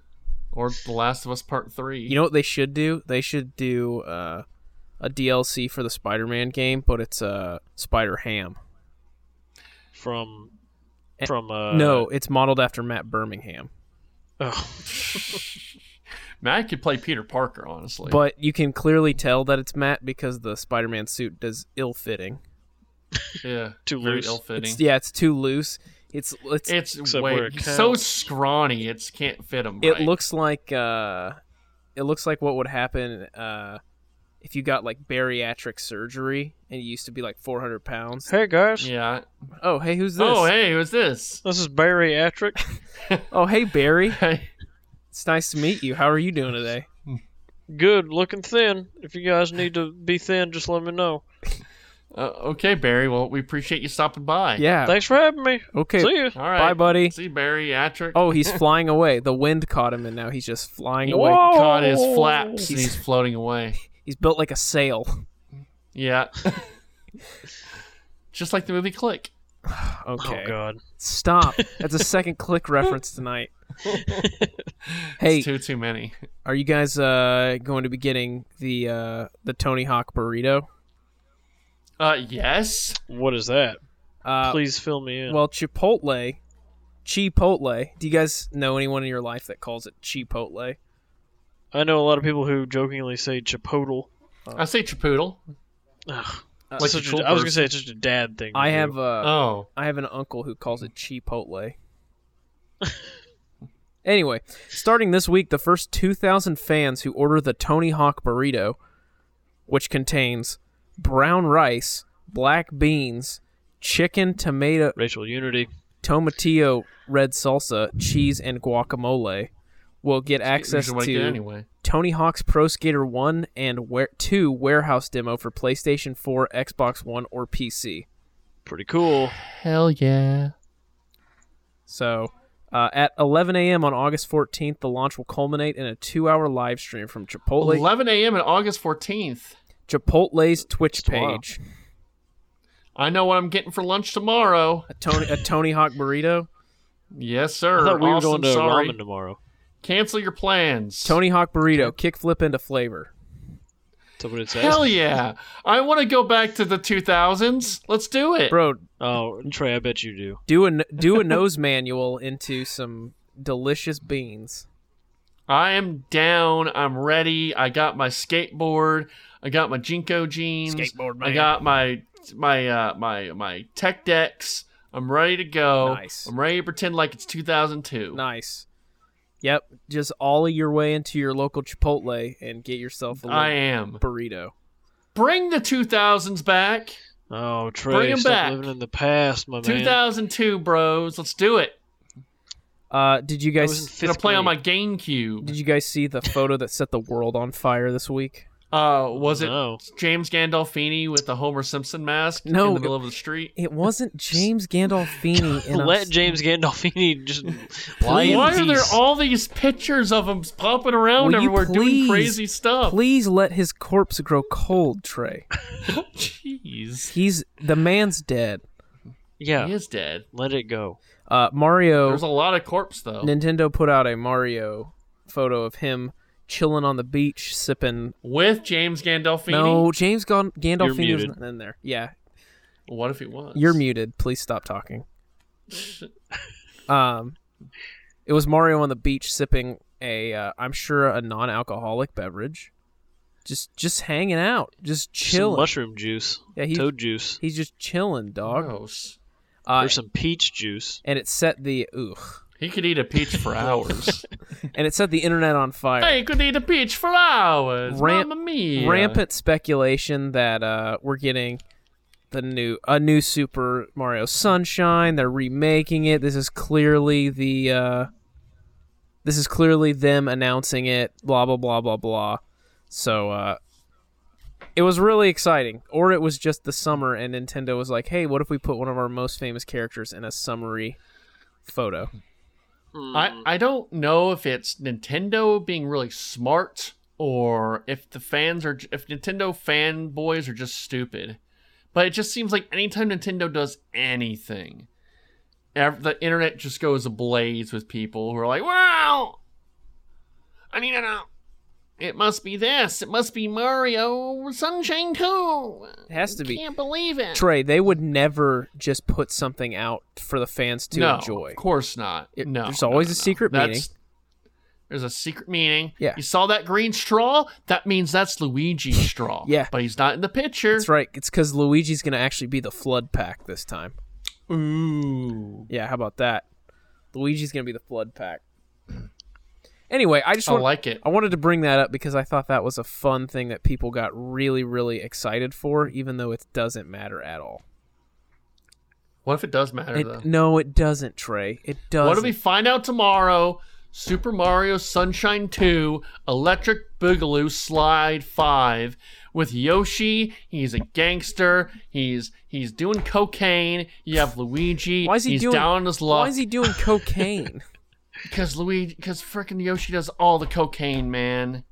[SPEAKER 2] or The Last of Us Part Three.
[SPEAKER 3] You know what they should do? They should do uh, a DLC for the Spider-Man game, but it's uh, Spider Ham.
[SPEAKER 5] From
[SPEAKER 3] Eh,
[SPEAKER 5] from uh,
[SPEAKER 3] no, it's modeled after Matt Birmingham.
[SPEAKER 5] oh,
[SPEAKER 2] Man, I could play Peter Parker honestly.
[SPEAKER 3] But you can clearly tell that it's Matt because the Spider-Man suit does ill-fitting.
[SPEAKER 2] yeah,
[SPEAKER 5] too
[SPEAKER 2] very
[SPEAKER 5] loose.
[SPEAKER 2] ill-fitting.
[SPEAKER 3] It's, yeah, it's too loose. It's it's
[SPEAKER 2] It's,
[SPEAKER 5] Except where
[SPEAKER 2] way
[SPEAKER 5] it
[SPEAKER 2] he's so
[SPEAKER 5] counts.
[SPEAKER 2] scrawny. It's can't fit him.
[SPEAKER 3] it
[SPEAKER 2] right.
[SPEAKER 3] looks like uh, it looks like what would happen uh, if you got like bariatric surgery and you used to be like 400 pounds.
[SPEAKER 5] hey guys,
[SPEAKER 2] Yeah.
[SPEAKER 3] Oh hey, who's this?
[SPEAKER 2] Oh, hey, who's this?
[SPEAKER 5] this is Barry Attrick.
[SPEAKER 3] oh hey Barry,
[SPEAKER 2] Hey.
[SPEAKER 3] it's nice to meet you. How are you doing today?
[SPEAKER 5] Good looking thin. If you guys need to be thin, just let me know.
[SPEAKER 2] Uh, okay, Barry. Well, we appreciate you stopping by.
[SPEAKER 3] Yeah.
[SPEAKER 5] Thanks for having me.
[SPEAKER 3] okay.
[SPEAKER 5] See you.
[SPEAKER 2] All right.
[SPEAKER 3] Bye, buddy.
[SPEAKER 2] See Barry Atrick.
[SPEAKER 3] Oh, he's flying away. The wind caught him, and now he's just flying away.
[SPEAKER 5] Whoa.
[SPEAKER 2] caught Oh, his flaps and he's floating away.
[SPEAKER 3] He's built like a sail.
[SPEAKER 2] Yeah. Just like the movie Click.
[SPEAKER 5] Oh
[SPEAKER 3] Okay.
[SPEAKER 5] God.
[SPEAKER 3] Stop. That's a second click reference tonight. hey,
[SPEAKER 2] Too too many.
[SPEAKER 3] are you guys uh, going to be getting the uh, the Tony Hawk burrito?
[SPEAKER 2] Uh yes.
[SPEAKER 5] What is that?
[SPEAKER 3] Uh,
[SPEAKER 5] Please fill me in.
[SPEAKER 3] Well, Chipotle, Chipotle. Do you guys know anyone in your life that calls it Chipotle?
[SPEAKER 5] I know a lot of people who jokingly say chipotle.
[SPEAKER 2] I say Chipotle.
[SPEAKER 5] Ugh.
[SPEAKER 2] Like
[SPEAKER 5] Such
[SPEAKER 2] a
[SPEAKER 5] a- I was gonna say it's just a dad thing. to
[SPEAKER 3] I
[SPEAKER 5] do.
[SPEAKER 3] have uh,
[SPEAKER 2] Oh.
[SPEAKER 3] I have an uncle who calls it Chipotle. anyway, starting this week, the first 2,000 fans who order the Tony Hawk burrito, which contains brown rice, black beans, chicken, tomato,
[SPEAKER 5] racial unity.
[SPEAKER 3] tomatillo, red salsa, cheese, and guacamole, will get access
[SPEAKER 2] Usually what I
[SPEAKER 3] to
[SPEAKER 2] get anyway.
[SPEAKER 3] Tony Hawk's Pro Skater 1 and where, 2 warehouse demo for PlayStation 4, Xbox One, or PC.
[SPEAKER 5] Pretty cool.
[SPEAKER 2] Hell yeah.
[SPEAKER 3] So, uh, at 11 a.m. on August 14th, the launch will culminate in a two-hour live stream from Chipotle,
[SPEAKER 2] 11 a.m. on August 14th.
[SPEAKER 3] Chipotle's Twitch
[SPEAKER 5] tomorrow.
[SPEAKER 3] page.
[SPEAKER 2] I know what I'm getting for lunch tomorrow.
[SPEAKER 3] A Tony, a Tony Hawk burrito.
[SPEAKER 2] Yes, sir.
[SPEAKER 5] I thought we
[SPEAKER 2] Awesome,
[SPEAKER 5] were going to
[SPEAKER 2] sorry.
[SPEAKER 5] ramen tomorrow.
[SPEAKER 2] Cancel your plans.
[SPEAKER 3] Tony Hawk burrito, kickflip into flavor.
[SPEAKER 5] That's what it says.
[SPEAKER 2] Hell yeah. I want to go back to the 2000s. Let's do it.
[SPEAKER 3] Bro,
[SPEAKER 5] Oh, Trey, I bet you do.
[SPEAKER 3] do a n- do a nose manual into some delicious beans.
[SPEAKER 2] I am down. I'm ready. I got my skateboard. I got my Jinko jeans.
[SPEAKER 3] Skateboard
[SPEAKER 2] I
[SPEAKER 3] man.
[SPEAKER 2] got my my uh, my my tech decks. I'm ready to go.
[SPEAKER 3] Nice.
[SPEAKER 2] I'm ready to pretend like it's 2002.
[SPEAKER 3] Nice. Yep, just ollie your way into your local Chipotle and get yourself a little
[SPEAKER 2] I am.
[SPEAKER 3] burrito.
[SPEAKER 2] Bring the 2000s back.
[SPEAKER 5] Oh, Trey,
[SPEAKER 2] Bring 'em
[SPEAKER 5] stop
[SPEAKER 2] back.
[SPEAKER 5] living in the past, my man.
[SPEAKER 2] 2002, bros. Let's do it.
[SPEAKER 3] Uh, did you
[SPEAKER 5] I was in
[SPEAKER 3] guys
[SPEAKER 5] fifth
[SPEAKER 2] Gonna play on my
[SPEAKER 5] grade.
[SPEAKER 2] GameCube.
[SPEAKER 3] did you guys see the photo that set the world on fire this week?
[SPEAKER 2] Uh, was it
[SPEAKER 5] No.
[SPEAKER 2] James Gandolfini with the Homer Simpson mask
[SPEAKER 3] No.
[SPEAKER 2] in the middle of the street?
[SPEAKER 3] It wasn't James Gandolfini. in a-
[SPEAKER 5] Let James Gandolfini just lie in
[SPEAKER 2] Why are there
[SPEAKER 5] peace.
[SPEAKER 2] all these pictures of him popping around
[SPEAKER 3] Will you
[SPEAKER 2] everywhere doing
[SPEAKER 3] please-
[SPEAKER 2] crazy stuff?
[SPEAKER 3] Please let his corpse grow cold, Trey.
[SPEAKER 2] Jeez.
[SPEAKER 3] He's the man's dead.
[SPEAKER 5] Yeah,
[SPEAKER 2] He is dead.
[SPEAKER 5] let it go.
[SPEAKER 3] Uh, Mario.
[SPEAKER 2] There's a lot of corpse though.
[SPEAKER 3] Nintendo put out a Mario photo of him chilling on the beach sipping.
[SPEAKER 2] With James Gandolfini.
[SPEAKER 3] No, James Gon-
[SPEAKER 5] You're
[SPEAKER 3] Gandolfini was
[SPEAKER 5] muted.
[SPEAKER 3] not in there. Yeah,
[SPEAKER 2] What if he was?
[SPEAKER 3] you're muted. Please stop talking. Um, it was Mario on the beach sipping a, uh, I'm sure a non-alcoholic beverage. Just, just hanging out, just
[SPEAKER 5] Some
[SPEAKER 3] chilling.
[SPEAKER 5] mushroom juice,
[SPEAKER 3] Yeah, he-
[SPEAKER 5] toad Oh. juice,
[SPEAKER 3] He's just chilling, dog.
[SPEAKER 2] Gross.
[SPEAKER 3] Uh,
[SPEAKER 5] or some peach juice.
[SPEAKER 3] and it set the ugh,
[SPEAKER 2] He could eat a peach for hours.
[SPEAKER 3] and it set the internet on fire.
[SPEAKER 2] he could eat a peach for hours.
[SPEAKER 3] Ramp-
[SPEAKER 2] Mamma mia.
[SPEAKER 3] Rampant speculation that uh, we're getting the new a new Super Mario Sunshine. They're remaking it. This is clearly the uh, this is clearly them announcing it. Blah blah blah blah blah. So uh, it was really exciting, or it was just the summer, and Nintendo was like, "Hey, what if we put one of our most famous characters in a summary photo?" Hmm.
[SPEAKER 2] I, I don't know if it's Nintendo being really smart or if the fans are if Nintendo fanboys are just stupid. But it just seems like anytime Nintendo does anything, ev- the internet just goes ablaze with people who are like, "Wow, I need to know. It must be this. It must be Mario Sunshine 2.
[SPEAKER 3] It has to be.
[SPEAKER 2] Can't believe it."
[SPEAKER 3] Trey, they would never just put something out for the fans to
[SPEAKER 2] no,
[SPEAKER 3] enjoy.
[SPEAKER 2] Of course not.
[SPEAKER 3] It-
[SPEAKER 2] no.
[SPEAKER 3] there's always
[SPEAKER 2] no,
[SPEAKER 3] a
[SPEAKER 2] no.
[SPEAKER 3] secret
[SPEAKER 2] That's-
[SPEAKER 3] meaning.
[SPEAKER 2] There's a secret meaning.
[SPEAKER 3] Yeah.
[SPEAKER 2] You saw that green straw? That means that's Luigi's straw.
[SPEAKER 3] Yeah.
[SPEAKER 2] But he's not in the picture.
[SPEAKER 3] That's right. It's because Luigi's going to actually be the flood pack this time.
[SPEAKER 2] Ooh.
[SPEAKER 3] Yeah, how about that? Luigi's going to be the flood pack. Anyway, I just
[SPEAKER 2] I
[SPEAKER 3] want,
[SPEAKER 2] like it.
[SPEAKER 3] I wanted to bring that up because I thought that was a fun thing that people got really, really excited for, even though it doesn't matter at all.
[SPEAKER 2] What if it does matter,
[SPEAKER 3] It,
[SPEAKER 2] though?
[SPEAKER 3] no, it doesn't, Trey. It doesn't.
[SPEAKER 2] What do we find out tomorrow? Super Mario Sunshine 2, Electric Boogaloo Slide 5 with Yoshi. He's a gangster. He's he's doing cocaine. You have Luigi.
[SPEAKER 3] Why is he
[SPEAKER 2] he's
[SPEAKER 3] doing-
[SPEAKER 2] down on his luck.
[SPEAKER 3] Why is he doing cocaine?
[SPEAKER 2] Because Luigi, because frickin' Yoshi does all the cocaine, man,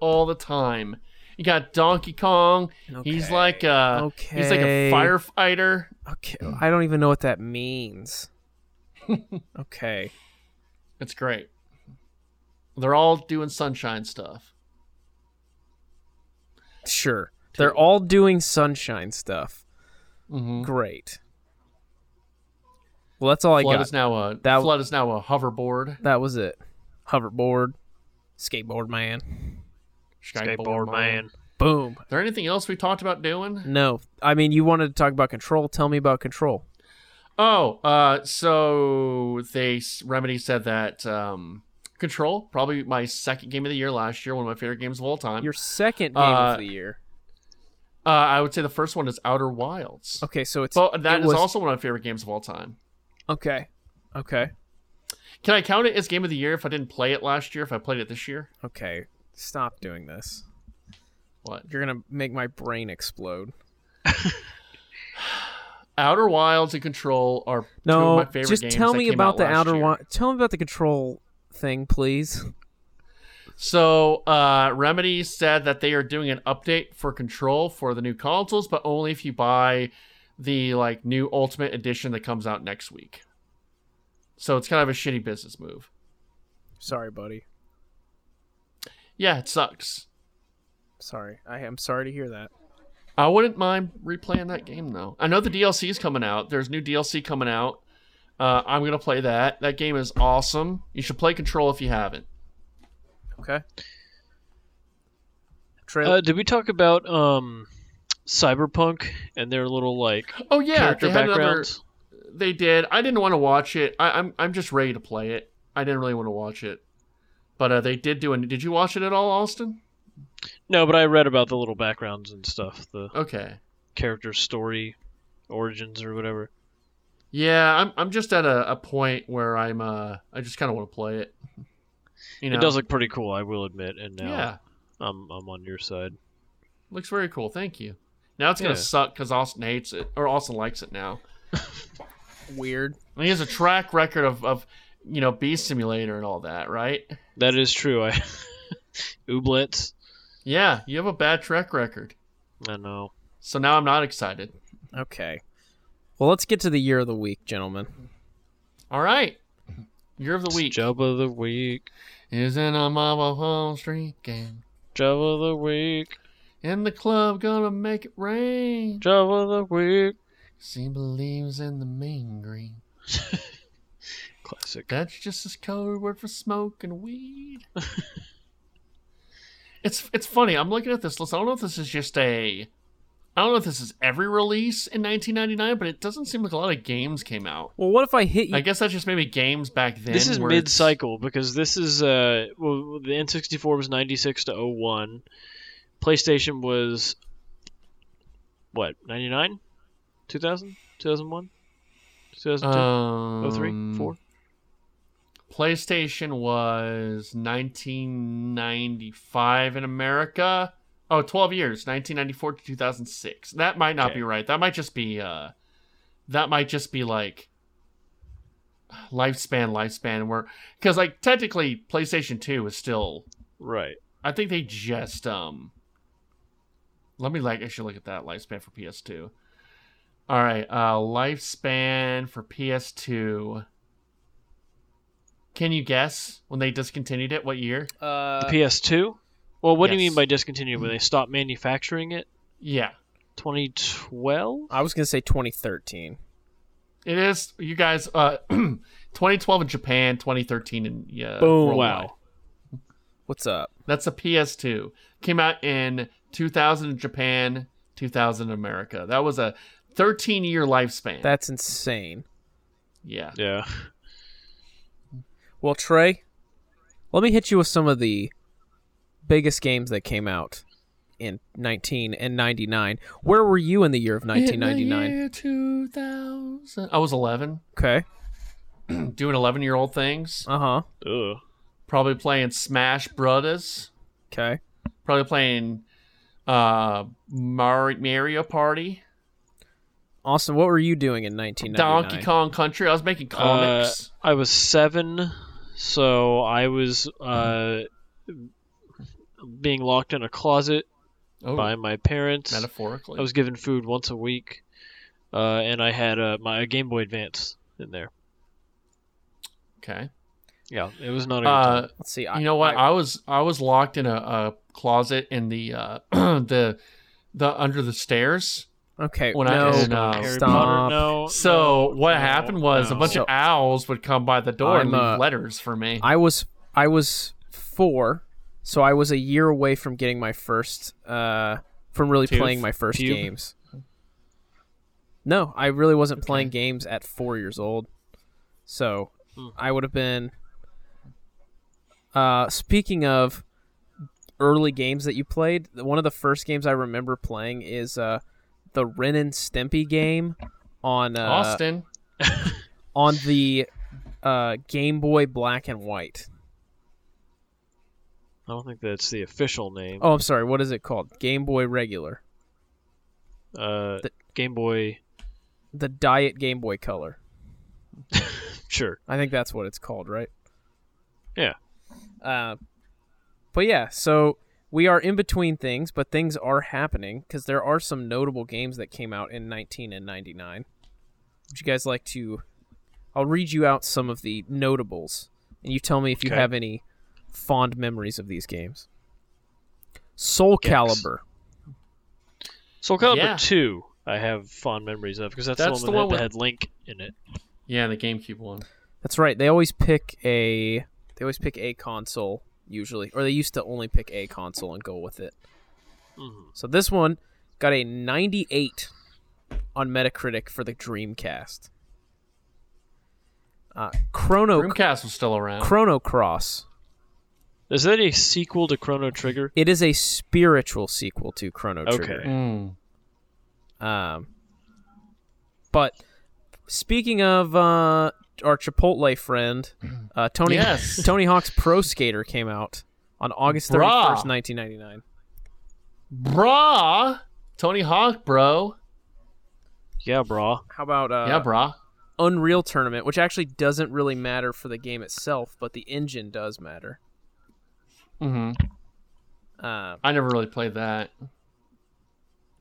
[SPEAKER 2] all the time. You got Donkey Kong. He's
[SPEAKER 3] Okay.
[SPEAKER 2] like a he's like
[SPEAKER 3] Okay.
[SPEAKER 2] a firefighter.
[SPEAKER 3] okay, I don't even know what that means. okay.
[SPEAKER 2] It's great. They're all doing sunshine stuff.
[SPEAKER 3] Sure. They're all doing sunshine stuff.
[SPEAKER 2] Mm-hmm.
[SPEAKER 3] Great. Well, that's all I
[SPEAKER 2] Flood
[SPEAKER 3] got.
[SPEAKER 2] is now a
[SPEAKER 3] That-
[SPEAKER 2] flood is now a hoverboard.
[SPEAKER 3] that was it. Hoverboard, skateboard man.
[SPEAKER 5] Skateboard man.
[SPEAKER 3] Boom.
[SPEAKER 2] Is there anything else we talked about doing?
[SPEAKER 3] No, I mean you wanted to talk about control. Tell me about control.
[SPEAKER 2] Oh, uh, so they Remedy said that um, Control, probably my second game of the year last year, one of my favorite games of all time.
[SPEAKER 3] Your second game
[SPEAKER 2] Uh,
[SPEAKER 3] of the year.
[SPEAKER 2] Uh, I would say the first one is Outer Wilds.
[SPEAKER 3] Okay, so it's
[SPEAKER 2] Well, that
[SPEAKER 3] it
[SPEAKER 2] is
[SPEAKER 3] was-
[SPEAKER 2] also one of my favorite games of all time.
[SPEAKER 3] okay. Okay.
[SPEAKER 2] Can I count it as game of the year if I didn't play it last year? If I played it this year,
[SPEAKER 3] Okay. Stop doing this.
[SPEAKER 2] what?
[SPEAKER 3] You're gonna make my brain explode.
[SPEAKER 2] Outer Wilds and Control are two of
[SPEAKER 3] No,
[SPEAKER 2] my favorite
[SPEAKER 3] just
[SPEAKER 2] games
[SPEAKER 3] tell
[SPEAKER 2] that
[SPEAKER 3] me
[SPEAKER 2] came
[SPEAKER 3] about
[SPEAKER 2] out
[SPEAKER 3] the
[SPEAKER 2] last
[SPEAKER 3] outer
[SPEAKER 2] year.
[SPEAKER 3] one. Tell me about the control thing, please.
[SPEAKER 2] So, uh, Remedy said that they are doing an update for Control for the new consoles, but only if you buy the like new Ultimate Edition that comes out next week. So it's kind of a shitty business move.
[SPEAKER 3] Sorry, buddy.
[SPEAKER 2] Yeah, it sucks.
[SPEAKER 3] Sorry. I am sorry to hear that.
[SPEAKER 2] I wouldn't mind replaying that game though. I know the DLC is coming out. There's new DLC coming out. Uh, I'm gonna play that. That game is awesome. You should play Control if you haven't.
[SPEAKER 3] Okay. Trail.
[SPEAKER 5] Uh, did we talk about um, Cyberpunk and their little like
[SPEAKER 2] Oh yeah,
[SPEAKER 5] character
[SPEAKER 2] they had another.
[SPEAKER 5] backgrounds?
[SPEAKER 2] They did. I didn't want to watch it. I, I'm I'm just ready to play it. I didn't really want to watch it, but uh, they did do. And did you watch it at all, Austin?
[SPEAKER 5] No, but I read about the little backgrounds and stuff, the
[SPEAKER 2] Okay.
[SPEAKER 5] character story origins or whatever.
[SPEAKER 2] Yeah, I'm I'm just at a, a point where I'm uh I just kind of want to play it. You know.
[SPEAKER 5] It does look pretty cool, I will admit, and now
[SPEAKER 2] Yeah,
[SPEAKER 5] I'm I'm on your side.
[SPEAKER 2] looks very cool. Thank you. Now it's gonna
[SPEAKER 5] Yeah.
[SPEAKER 2] suck because Austin hates it or Austin likes it now.
[SPEAKER 3] Weird.
[SPEAKER 2] And he has a track record of, of you know, Beast Simulator and all that, right?
[SPEAKER 5] That is true. I Ooblets.
[SPEAKER 2] Yeah, you have a bad track record.
[SPEAKER 5] I know.
[SPEAKER 2] So now I'm not excited.
[SPEAKER 3] Okay. Well, let's get to the year of the week, gentlemen.
[SPEAKER 2] All right. Year of the week.
[SPEAKER 5] Job of the week.
[SPEAKER 2] Isn't a mama home street game?
[SPEAKER 5] Job of the week.
[SPEAKER 2] In the club, gonna make it rain.
[SPEAKER 5] Job of the week.
[SPEAKER 2] She believes in the mean green.
[SPEAKER 5] Classic.
[SPEAKER 2] That's just his code word for smoking weed. it's it's funny. I'm looking at this list. I don't know if this is just a. I don't know if this is every release in 1999, but it doesn't seem like a lot of games came out.
[SPEAKER 3] Well, what if I hit you?
[SPEAKER 2] I guess that's just maybe games back then.
[SPEAKER 5] This is
[SPEAKER 2] where it's-
[SPEAKER 5] mid-cycle because this is uh well, the N64 was 96 to 01. PlayStation was what? 99? 2000? 2001? 2002?
[SPEAKER 2] Um,
[SPEAKER 5] 03? 4?
[SPEAKER 2] PlayStation was 1995 in America. Oh, 12 years, 1994 to 2006. That might not be
[SPEAKER 5] Okay.
[SPEAKER 2] right. That might just be uh that might just be like lifespan lifespan where cuz like technically PlayStation 2 is still
[SPEAKER 5] Right.
[SPEAKER 2] I think they just um let me like actually look at that lifespan for PS2. All right, uh lifespan for PS2. Can you guess when they discontinued it? What year?
[SPEAKER 5] The
[SPEAKER 3] uh,
[SPEAKER 5] PS2? Well, what do you
[SPEAKER 2] yes.
[SPEAKER 5] mean by discontinued? When they stopped manufacturing it?
[SPEAKER 2] Yeah.
[SPEAKER 5] 2012?
[SPEAKER 3] I was gonna say 2013.
[SPEAKER 2] It is you guys uh 2012 in Japan, 2013 in uh,
[SPEAKER 3] Boom.
[SPEAKER 2] worldwide.
[SPEAKER 5] Wow.
[SPEAKER 3] What's up?
[SPEAKER 2] That's a PS2. Came out in 2000 in Japan, 2000 in America. That was a 13 year lifespan.
[SPEAKER 3] That's insane.
[SPEAKER 2] yeah.
[SPEAKER 5] Yeah.
[SPEAKER 3] Well, Trey, let me hit you with some of the biggest games that came out in 19 and 99. Where were you in the year of 1999?
[SPEAKER 2] In the year 2000. I was 11,
[SPEAKER 3] Okay.
[SPEAKER 2] doing 11 year old things.
[SPEAKER 3] Uh huh.
[SPEAKER 5] Ugh.
[SPEAKER 2] Probably playing Smash Brothers.
[SPEAKER 3] Okay.
[SPEAKER 2] Probably playing uh, Mar- Mario Party.
[SPEAKER 3] Austin, what were you doing in 1999?
[SPEAKER 2] Donkey Kong Country. I was making
[SPEAKER 5] Uh,
[SPEAKER 2] comics.
[SPEAKER 5] I was seven, so I was uh, being locked in a closet
[SPEAKER 2] oh,
[SPEAKER 5] by my parents.
[SPEAKER 2] metaphorically.
[SPEAKER 5] I was given food once a week, uh, and I had uh, my Game Boy Advance in there.
[SPEAKER 2] okay.
[SPEAKER 5] Yeah, it was not a good
[SPEAKER 2] Uh,
[SPEAKER 3] Let's see. I,
[SPEAKER 2] you know what? I, was I was locked in a, a closet in the uh, the the under the stairs.
[SPEAKER 3] okay.
[SPEAKER 2] when I
[SPEAKER 3] no,
[SPEAKER 2] was in,
[SPEAKER 5] time.
[SPEAKER 2] uh,
[SPEAKER 5] Harry
[SPEAKER 3] stop.
[SPEAKER 5] Potter, no.
[SPEAKER 2] So
[SPEAKER 5] Oh, no,
[SPEAKER 2] what
[SPEAKER 5] no,
[SPEAKER 2] happened was a
[SPEAKER 5] no.
[SPEAKER 2] bunch
[SPEAKER 3] So-
[SPEAKER 2] of owls would come by the door and
[SPEAKER 3] I'm,
[SPEAKER 2] leave
[SPEAKER 3] uh,
[SPEAKER 2] letters for me.
[SPEAKER 3] I was I was four, so I was a year away from getting my first uh from really
[SPEAKER 5] Tooth?
[SPEAKER 3] playing my first
[SPEAKER 5] Pube?
[SPEAKER 3] games. No, I really wasn't playing games at four years old. So I would have been uh speaking of early games that you played, one of the first games I remember playing is uh the Ren and Stimpy game on uh,
[SPEAKER 2] Austin,
[SPEAKER 3] on the uh, Game Boy Black and White.
[SPEAKER 5] I don't think that's the official name.
[SPEAKER 3] Oh, I'm sorry. What is it called? Game Boy Regular.
[SPEAKER 2] Oh,
[SPEAKER 5] uh,
[SPEAKER 3] the-
[SPEAKER 5] Game Boy,
[SPEAKER 3] The Diet Game Boy Color.
[SPEAKER 5] sure.
[SPEAKER 3] I think that's what it's called, right?
[SPEAKER 5] Yeah.
[SPEAKER 3] Uh, but yeah, so we are in between things, but things are happening because there are some notable games that came out in 19 and 99. Would you guys like to? I'll read you out some of the notables, and you tell me if you
[SPEAKER 5] Okay.
[SPEAKER 3] have any fond memories of these games. Soul Calibur.
[SPEAKER 5] Soul Calibur
[SPEAKER 2] Yeah.
[SPEAKER 5] 2, I have fond memories of because that's,
[SPEAKER 2] That's
[SPEAKER 5] the
[SPEAKER 2] the
[SPEAKER 5] one
[SPEAKER 2] one
[SPEAKER 5] that had, that had Link in it.
[SPEAKER 2] yeah, the GameCube one.
[SPEAKER 3] That's right. They always pick a they always pick a console usually, or they used to only pick a console and go with it. So this one got a 98 on Metacritic for the Dreamcast. Uh, Chrono
[SPEAKER 2] Dreamcast was still around.
[SPEAKER 3] Chrono Cross.
[SPEAKER 5] Is that a sequel to Chrono Trigger?
[SPEAKER 3] It is a spiritual sequel to Chrono Trigger.
[SPEAKER 5] Okay.
[SPEAKER 2] Mm.
[SPEAKER 3] Um, but speaking of uh, our Chipotle friend, uh, Tony
[SPEAKER 2] Yes.
[SPEAKER 3] Tony Hawk's Pro Skater came out on August thirty
[SPEAKER 2] Bruh.
[SPEAKER 3] first, nineteen ninety nine.
[SPEAKER 2] Brah, Tony Hawk, bro.
[SPEAKER 5] Yeah, brah.
[SPEAKER 3] How about uh,
[SPEAKER 2] yeah, brah.
[SPEAKER 3] Unreal Tournament, which actually doesn't really matter for the game itself, but the engine does matter.
[SPEAKER 2] hmm
[SPEAKER 3] Uh,
[SPEAKER 2] I never really played that.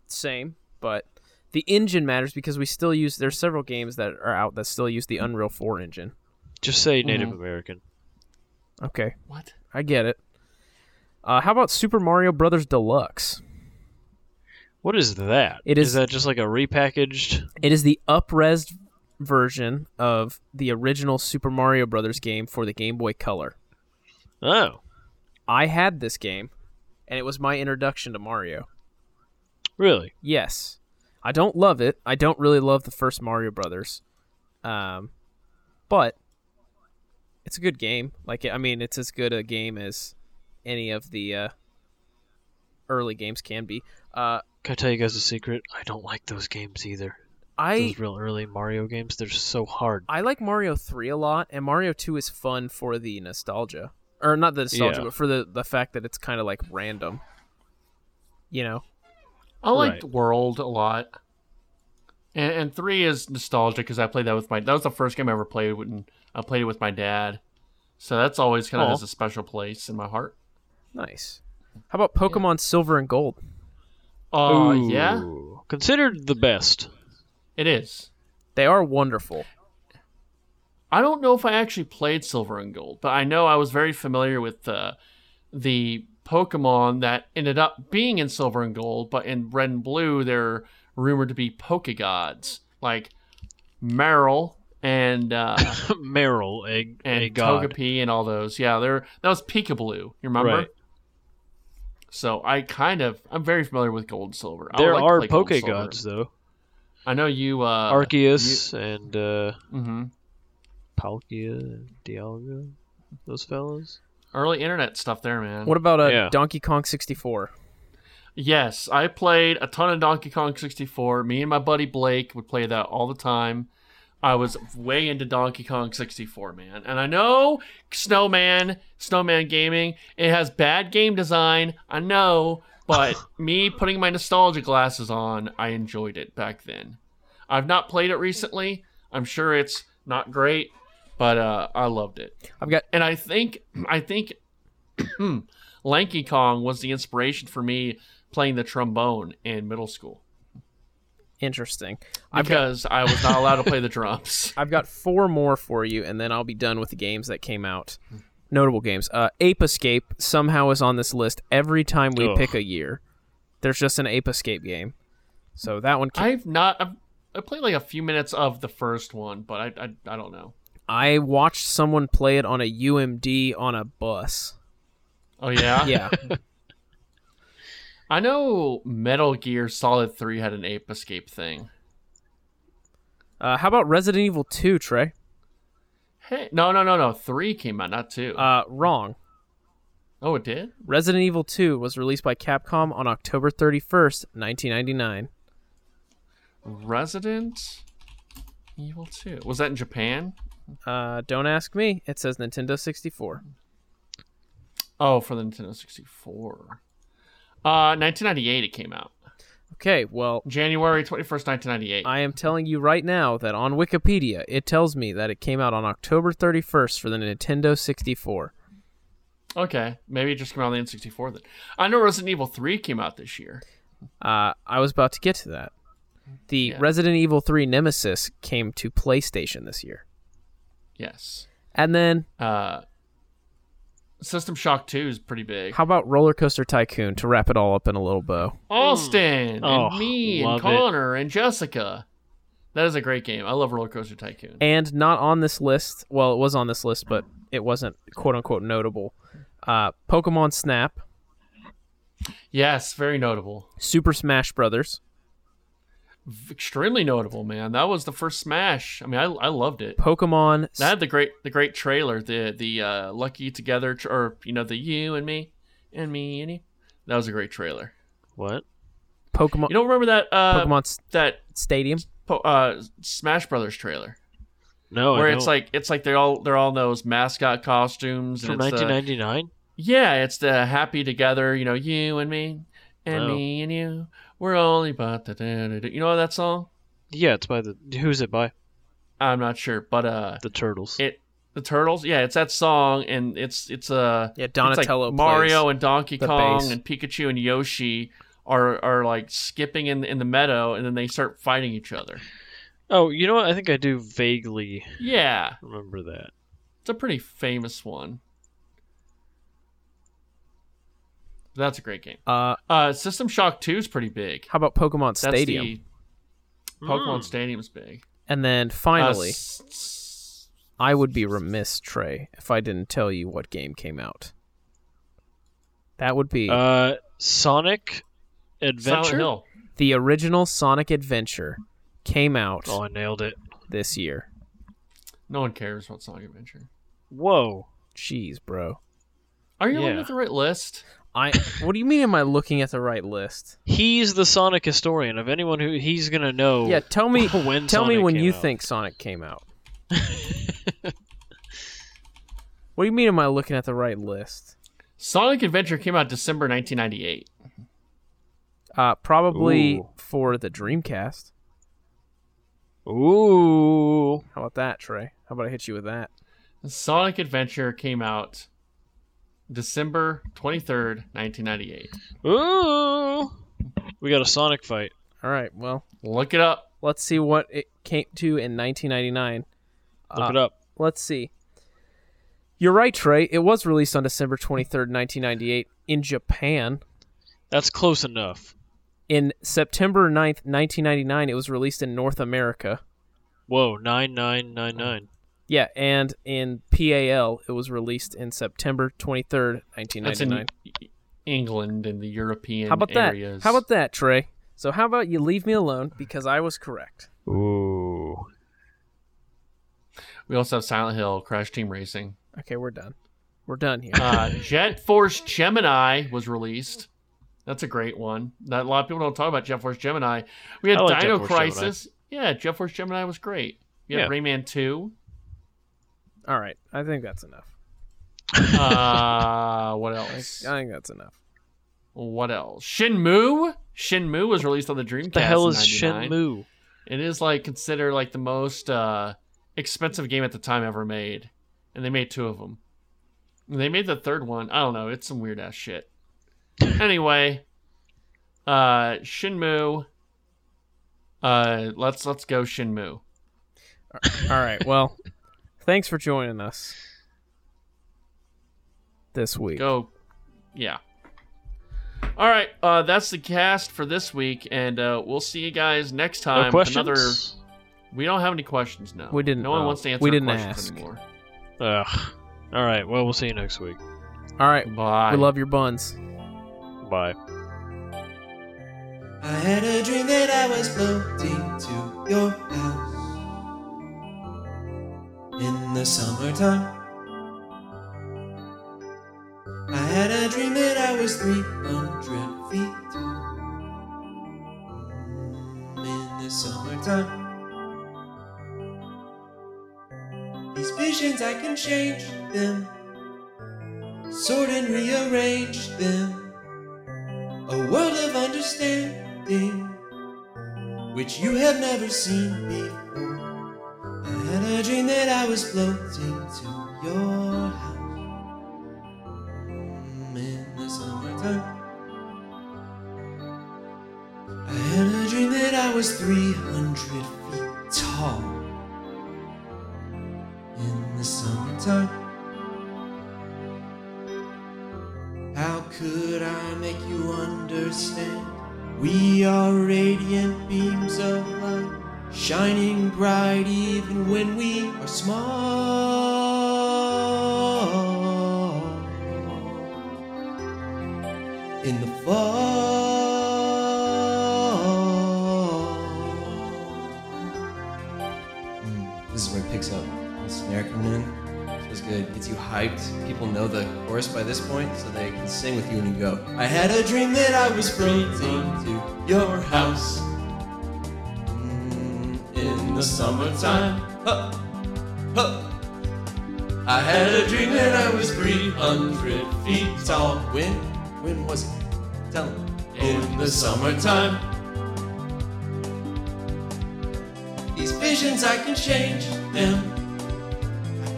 [SPEAKER 3] same, but the engine matters because we still use. There's several games that are out that still use the Unreal Four engine.
[SPEAKER 5] Just
[SPEAKER 2] Mm-hmm.
[SPEAKER 5] say Native American.
[SPEAKER 3] Okay,
[SPEAKER 2] What?
[SPEAKER 3] I get it. Uh, how about Super Mario Brothers Deluxe?
[SPEAKER 5] What is that?
[SPEAKER 3] It is-
[SPEAKER 5] is that just like a repackaged?
[SPEAKER 3] It is the upres version of the original Super Mario Brothers game for the Game Boy Color.
[SPEAKER 5] Oh,
[SPEAKER 3] I had this game, and it was my introduction to Mario.
[SPEAKER 5] really?
[SPEAKER 3] Yes, I don't love it. I don't really love the first Mario Brothers, um, but it's a good game. Like, I mean, it's as good a game as any of the uh, early games can be. Uh,
[SPEAKER 5] Can I tell you guys a secret? I don't like those games either.
[SPEAKER 3] I
[SPEAKER 5] Those real early Mario games, they're so hard.
[SPEAKER 3] I like Mario 3 a lot, and Mario 2 is fun for the nostalgia. Or not the nostalgia,
[SPEAKER 5] Yeah.
[SPEAKER 3] but for the, the fact that it's kind of like random. You know?
[SPEAKER 2] I liked
[SPEAKER 5] Right.
[SPEAKER 2] World a lot. And, and three is nostalgic because I played that with my. That was the first game I ever played when I played it with my dad. So that's always kind
[SPEAKER 5] Aw.
[SPEAKER 2] of has a special place in my heart.
[SPEAKER 3] Nice. How about Pokemon Silver and Gold?
[SPEAKER 2] Oh yeah,
[SPEAKER 5] Ooh. Considered the best.
[SPEAKER 2] it is.
[SPEAKER 3] They are wonderful.
[SPEAKER 2] I don't know if I actually played Silver and Gold, but I know I was very familiar with the the Pokemon that ended up being in Silver and Gold, but in Red and Blue they're rumored to be Pokegods, like Meryl and uh,
[SPEAKER 5] Meryl, a,
[SPEAKER 2] and
[SPEAKER 5] a god.
[SPEAKER 2] Togepi and all those. Yeah, they're that was Peekaboo. You remember?
[SPEAKER 5] Right.
[SPEAKER 2] So I kind of I'm very familiar with Gold and Silver. I would
[SPEAKER 5] There
[SPEAKER 2] like to
[SPEAKER 5] are
[SPEAKER 2] play Gold and
[SPEAKER 5] Poke
[SPEAKER 2] Silver.
[SPEAKER 5] gods though.
[SPEAKER 2] I know you. Uh,
[SPEAKER 5] Arceus and uh,
[SPEAKER 2] hmm
[SPEAKER 5] Palkia, and Dialga, those fellows.
[SPEAKER 2] Early internet stuff there, man.
[SPEAKER 3] What about uh,
[SPEAKER 5] Yeah.
[SPEAKER 3] Donkey Kong 64?
[SPEAKER 2] Yes, I played a ton of Donkey Kong 64. Me and my buddy Blake would play that all the time. I was way into Donkey Kong 64, man. And I know Snowman, Snowman Gaming, it has bad game design. I know, but me putting my nostalgia glasses on, I enjoyed it back then. I've not played it recently. I'm sure it's not great, but uh, I loved it.
[SPEAKER 3] I've got
[SPEAKER 2] And I think I think Lanky Kong was the inspiration for me playing the trombone in middle school
[SPEAKER 3] interesting. I've got
[SPEAKER 2] because I was not allowed to play the drums.
[SPEAKER 3] I've got four more for you, and then I'll be done with the games that came out. Notable games. Uh, Ape Escape somehow is on this list every time we
[SPEAKER 5] Ugh.
[SPEAKER 3] pick a year. There's just an Ape Escape game. So that one, came,
[SPEAKER 2] I've not. I've, I played like a few minutes of the first one, but I I, I don't know.
[SPEAKER 3] I watched someone play it on a UMD on a bus.
[SPEAKER 2] Oh yeah,
[SPEAKER 3] Yeah,
[SPEAKER 2] I know Metal Gear Solid Three had an ape escape thing.
[SPEAKER 3] Uh, how about Resident Evil 2, Trey?
[SPEAKER 2] Hey, no no no no. Three came out, not two.
[SPEAKER 3] Uh, wrong.
[SPEAKER 2] oh, it did.
[SPEAKER 3] Resident Evil 2 was released by Capcom on October 31st, 1999.
[SPEAKER 2] Resident Evil Two was that in Japan?
[SPEAKER 3] Uh, don't ask me. It says Nintendo 64.
[SPEAKER 2] Oh, for the Nintendo sixty four. Uh, 1998 it came out.
[SPEAKER 3] Okay, well,
[SPEAKER 2] January 21st, 1998.
[SPEAKER 3] I am telling you right now that on Wikipedia, it tells me that it came out on October 31st for the Nintendo 64.
[SPEAKER 2] Okay, maybe it just came out on the N64 then. I know Resident Evil 3 came out this year.
[SPEAKER 3] Uh, I was about to get to that. The Resident Evil 3 Nemesis came to PlayStation this year.
[SPEAKER 2] Yes.
[SPEAKER 3] And then,
[SPEAKER 2] Uh, System Shock 2 is pretty big.
[SPEAKER 3] how about Roller Coaster Tycoon to wrap it all up in a little bow?
[SPEAKER 2] Austin
[SPEAKER 5] Oh,
[SPEAKER 2] and me and
[SPEAKER 5] love it.
[SPEAKER 2] Connor and Jessica. That is a great game. I love Roller Coaster Tycoon.
[SPEAKER 3] and not on this list. Well, it was on this list, but it wasn't quote unquote notable. Uh, Pokemon Snap,
[SPEAKER 2] yes, very notable.
[SPEAKER 3] Super Smash Brothers,
[SPEAKER 2] V- Extremely notable, man. That was the first Smash. I mean, I, I loved it.
[SPEAKER 3] Pokemon. S-
[SPEAKER 2] That had the great the great trailer, the the uh, Lucky Together tr- or you know the you and me and me and you. That was a great trailer.
[SPEAKER 5] What?
[SPEAKER 3] Pokemon.
[SPEAKER 2] You don't remember that uh,
[SPEAKER 3] Pokemon S-
[SPEAKER 2] that
[SPEAKER 3] Stadium.
[SPEAKER 2] po- uh, Smash Brothers trailer
[SPEAKER 5] No, Oh, I
[SPEAKER 2] where
[SPEAKER 5] don't.
[SPEAKER 2] it's like it's like they're all they're all in those mascot costumes.
[SPEAKER 5] from
[SPEAKER 2] and it's, uh,
[SPEAKER 5] 1999.
[SPEAKER 2] Yeah, it's the happy together, you know, you and me, and
[SPEAKER 5] Wow.
[SPEAKER 2] me and you. We're only but da, da, da, da. you know that song?
[SPEAKER 5] Yeah, it's by the who's it by?
[SPEAKER 2] I'm not sure, but uh,
[SPEAKER 5] The Turtles.
[SPEAKER 2] it the turtles. Yeah, it's that song, and it's it's uh,
[SPEAKER 3] Yeah,
[SPEAKER 2] it's like
[SPEAKER 3] Donatello.
[SPEAKER 2] Mario
[SPEAKER 3] plays.
[SPEAKER 2] and Donkey
[SPEAKER 3] the
[SPEAKER 2] Kong
[SPEAKER 3] bass.
[SPEAKER 2] and Pikachu and Yoshi are are like skipping in in the meadow, and then they start fighting each other.
[SPEAKER 5] oh, you know what? I think I do vaguely
[SPEAKER 2] Yeah,
[SPEAKER 5] remember that.
[SPEAKER 2] it's a pretty famous one. That's a great game.
[SPEAKER 3] Uh,
[SPEAKER 2] Uh, System Shock Two is pretty big.
[SPEAKER 3] how about Pokemon
[SPEAKER 2] That's
[SPEAKER 3] Stadium?
[SPEAKER 2] the
[SPEAKER 5] Hmm.
[SPEAKER 2] Pokemon Stadium's big.
[SPEAKER 3] And then
[SPEAKER 2] Uh,
[SPEAKER 3] finally,
[SPEAKER 2] s- s-
[SPEAKER 3] I would be remiss, Trey, if I didn't tell you what game came out. That would be
[SPEAKER 5] Uh, Sonic Adventure.
[SPEAKER 2] Silent Hill.
[SPEAKER 3] the original Sonic Adventure came out
[SPEAKER 5] Oh, I nailed it.
[SPEAKER 3] this year.
[SPEAKER 2] No one cares about Sonic Adventure.
[SPEAKER 5] Whoa.
[SPEAKER 3] Jeez, bro.
[SPEAKER 2] Are you looking
[SPEAKER 5] Yeah.
[SPEAKER 2] at the right list?
[SPEAKER 3] I what do you mean am I looking at the right list?
[SPEAKER 5] He's the Sonic historian of anyone who he's gonna know.
[SPEAKER 3] Yeah, tell me
[SPEAKER 5] Oh. When
[SPEAKER 3] tell me
[SPEAKER 5] Sonic
[SPEAKER 3] when
[SPEAKER 5] came
[SPEAKER 3] you
[SPEAKER 5] out.
[SPEAKER 3] think Sonic came out. what do you mean am I looking at the right list?
[SPEAKER 2] Sonic Adventure came out December 1998.
[SPEAKER 3] Uh probably
[SPEAKER 5] Ooh.
[SPEAKER 3] for the Dreamcast.
[SPEAKER 5] Ooh.
[SPEAKER 3] How about that, Trey? How about I hit you with that?
[SPEAKER 2] Sonic Adventure came out December 23rd, 1998.
[SPEAKER 5] Ooh. We got a Sonic fight.
[SPEAKER 3] All right. Well,
[SPEAKER 2] Look it up.
[SPEAKER 3] let's see what it came to in 1999.
[SPEAKER 5] Look
[SPEAKER 3] Uh,
[SPEAKER 5] it up.
[SPEAKER 3] Let's see. You're right, Trey. It was released on December 23rd, 1998 in Japan.
[SPEAKER 5] That's close enough.
[SPEAKER 3] In September 9th, 1999, it was released in North America.
[SPEAKER 5] Whoa. Nine nine nine nine.
[SPEAKER 3] Yeah, and in PAL, it was released in September 23rd,
[SPEAKER 2] That's in
[SPEAKER 3] 1999.
[SPEAKER 2] E- England and the European
[SPEAKER 3] How about that?
[SPEAKER 2] areas.
[SPEAKER 3] How about that, Trey? So how about you leave me alone because I was correct.
[SPEAKER 5] Ooh.
[SPEAKER 2] We also have Silent Hill, Crash Team Racing.
[SPEAKER 3] Okay, we're done. We're done here.
[SPEAKER 2] Uh, Jet Force Gemini was released. That's a great one. Not a lot of people don't talk about Jet Force Gemini. We had
[SPEAKER 5] I like Jet
[SPEAKER 2] Dino
[SPEAKER 5] Force Gemini.
[SPEAKER 2] Crisis. Yeah, Jet Force Gemini was great. You had
[SPEAKER 5] Yeah.
[SPEAKER 2] Rayman Two.
[SPEAKER 3] All right, I think that's enough.
[SPEAKER 2] Uh, what
[SPEAKER 3] I
[SPEAKER 2] else?
[SPEAKER 3] think that's enough.
[SPEAKER 2] What else? Shinmu. Shinmu was released on the Dreamcast.
[SPEAKER 5] the hell
[SPEAKER 2] in
[SPEAKER 5] is
[SPEAKER 2] 99.
[SPEAKER 5] Shenmue?
[SPEAKER 2] It is like considered like the most uh, expensive game at the time ever made, and they made two of them. And they made the third one. I don't know. It's some weird ass shit. anyway, uh, Shinmu. Uh, let's let's go Shinmu.
[SPEAKER 3] All right, well, thanks for joining us this week.
[SPEAKER 2] Go, yeah. All right, uh, that's the cast for this week, and uh, we'll see you guys next time.
[SPEAKER 5] No
[SPEAKER 2] with Um, Another.
[SPEAKER 5] questions?
[SPEAKER 2] We don't have any questions now.
[SPEAKER 3] We didn't-
[SPEAKER 2] No one
[SPEAKER 3] oh,
[SPEAKER 2] wants to answer
[SPEAKER 3] we
[SPEAKER 2] our
[SPEAKER 3] didn't
[SPEAKER 2] questions
[SPEAKER 3] ask.
[SPEAKER 2] anymore.
[SPEAKER 5] Ugh. All right. Well, we'll see you next week.
[SPEAKER 3] All right,
[SPEAKER 2] Bye.
[SPEAKER 3] we love your buns.
[SPEAKER 5] Bye.
[SPEAKER 7] I had a dream that I was floating to your house in the summertime. I had a dream that I was 300 feet tall Mm, in the summertime. These visions, I can change them, sort and rearrange them a world of understanding which you have never seen before. I had a dream that I was floating to your house Mm, in the summertime. I had a dream that I was 300 feet tall in the summertime. How could I make you understand? We are radiant beams of light, shining bright even when we are small. In the fall. Mm, this is where it picks up. The snare coming in. It's good. Gets you hyped. People know the chorus by this point, so they can sing with you and you go. I had a dream that I was floating to your house Mm, in the summertime. Huh. Huh. I had a dream that I was 300 feet tall. When? When was it? Tell 'em. In the summertime. These visions, I can change them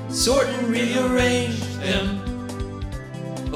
[SPEAKER 7] sort and rearrange them. A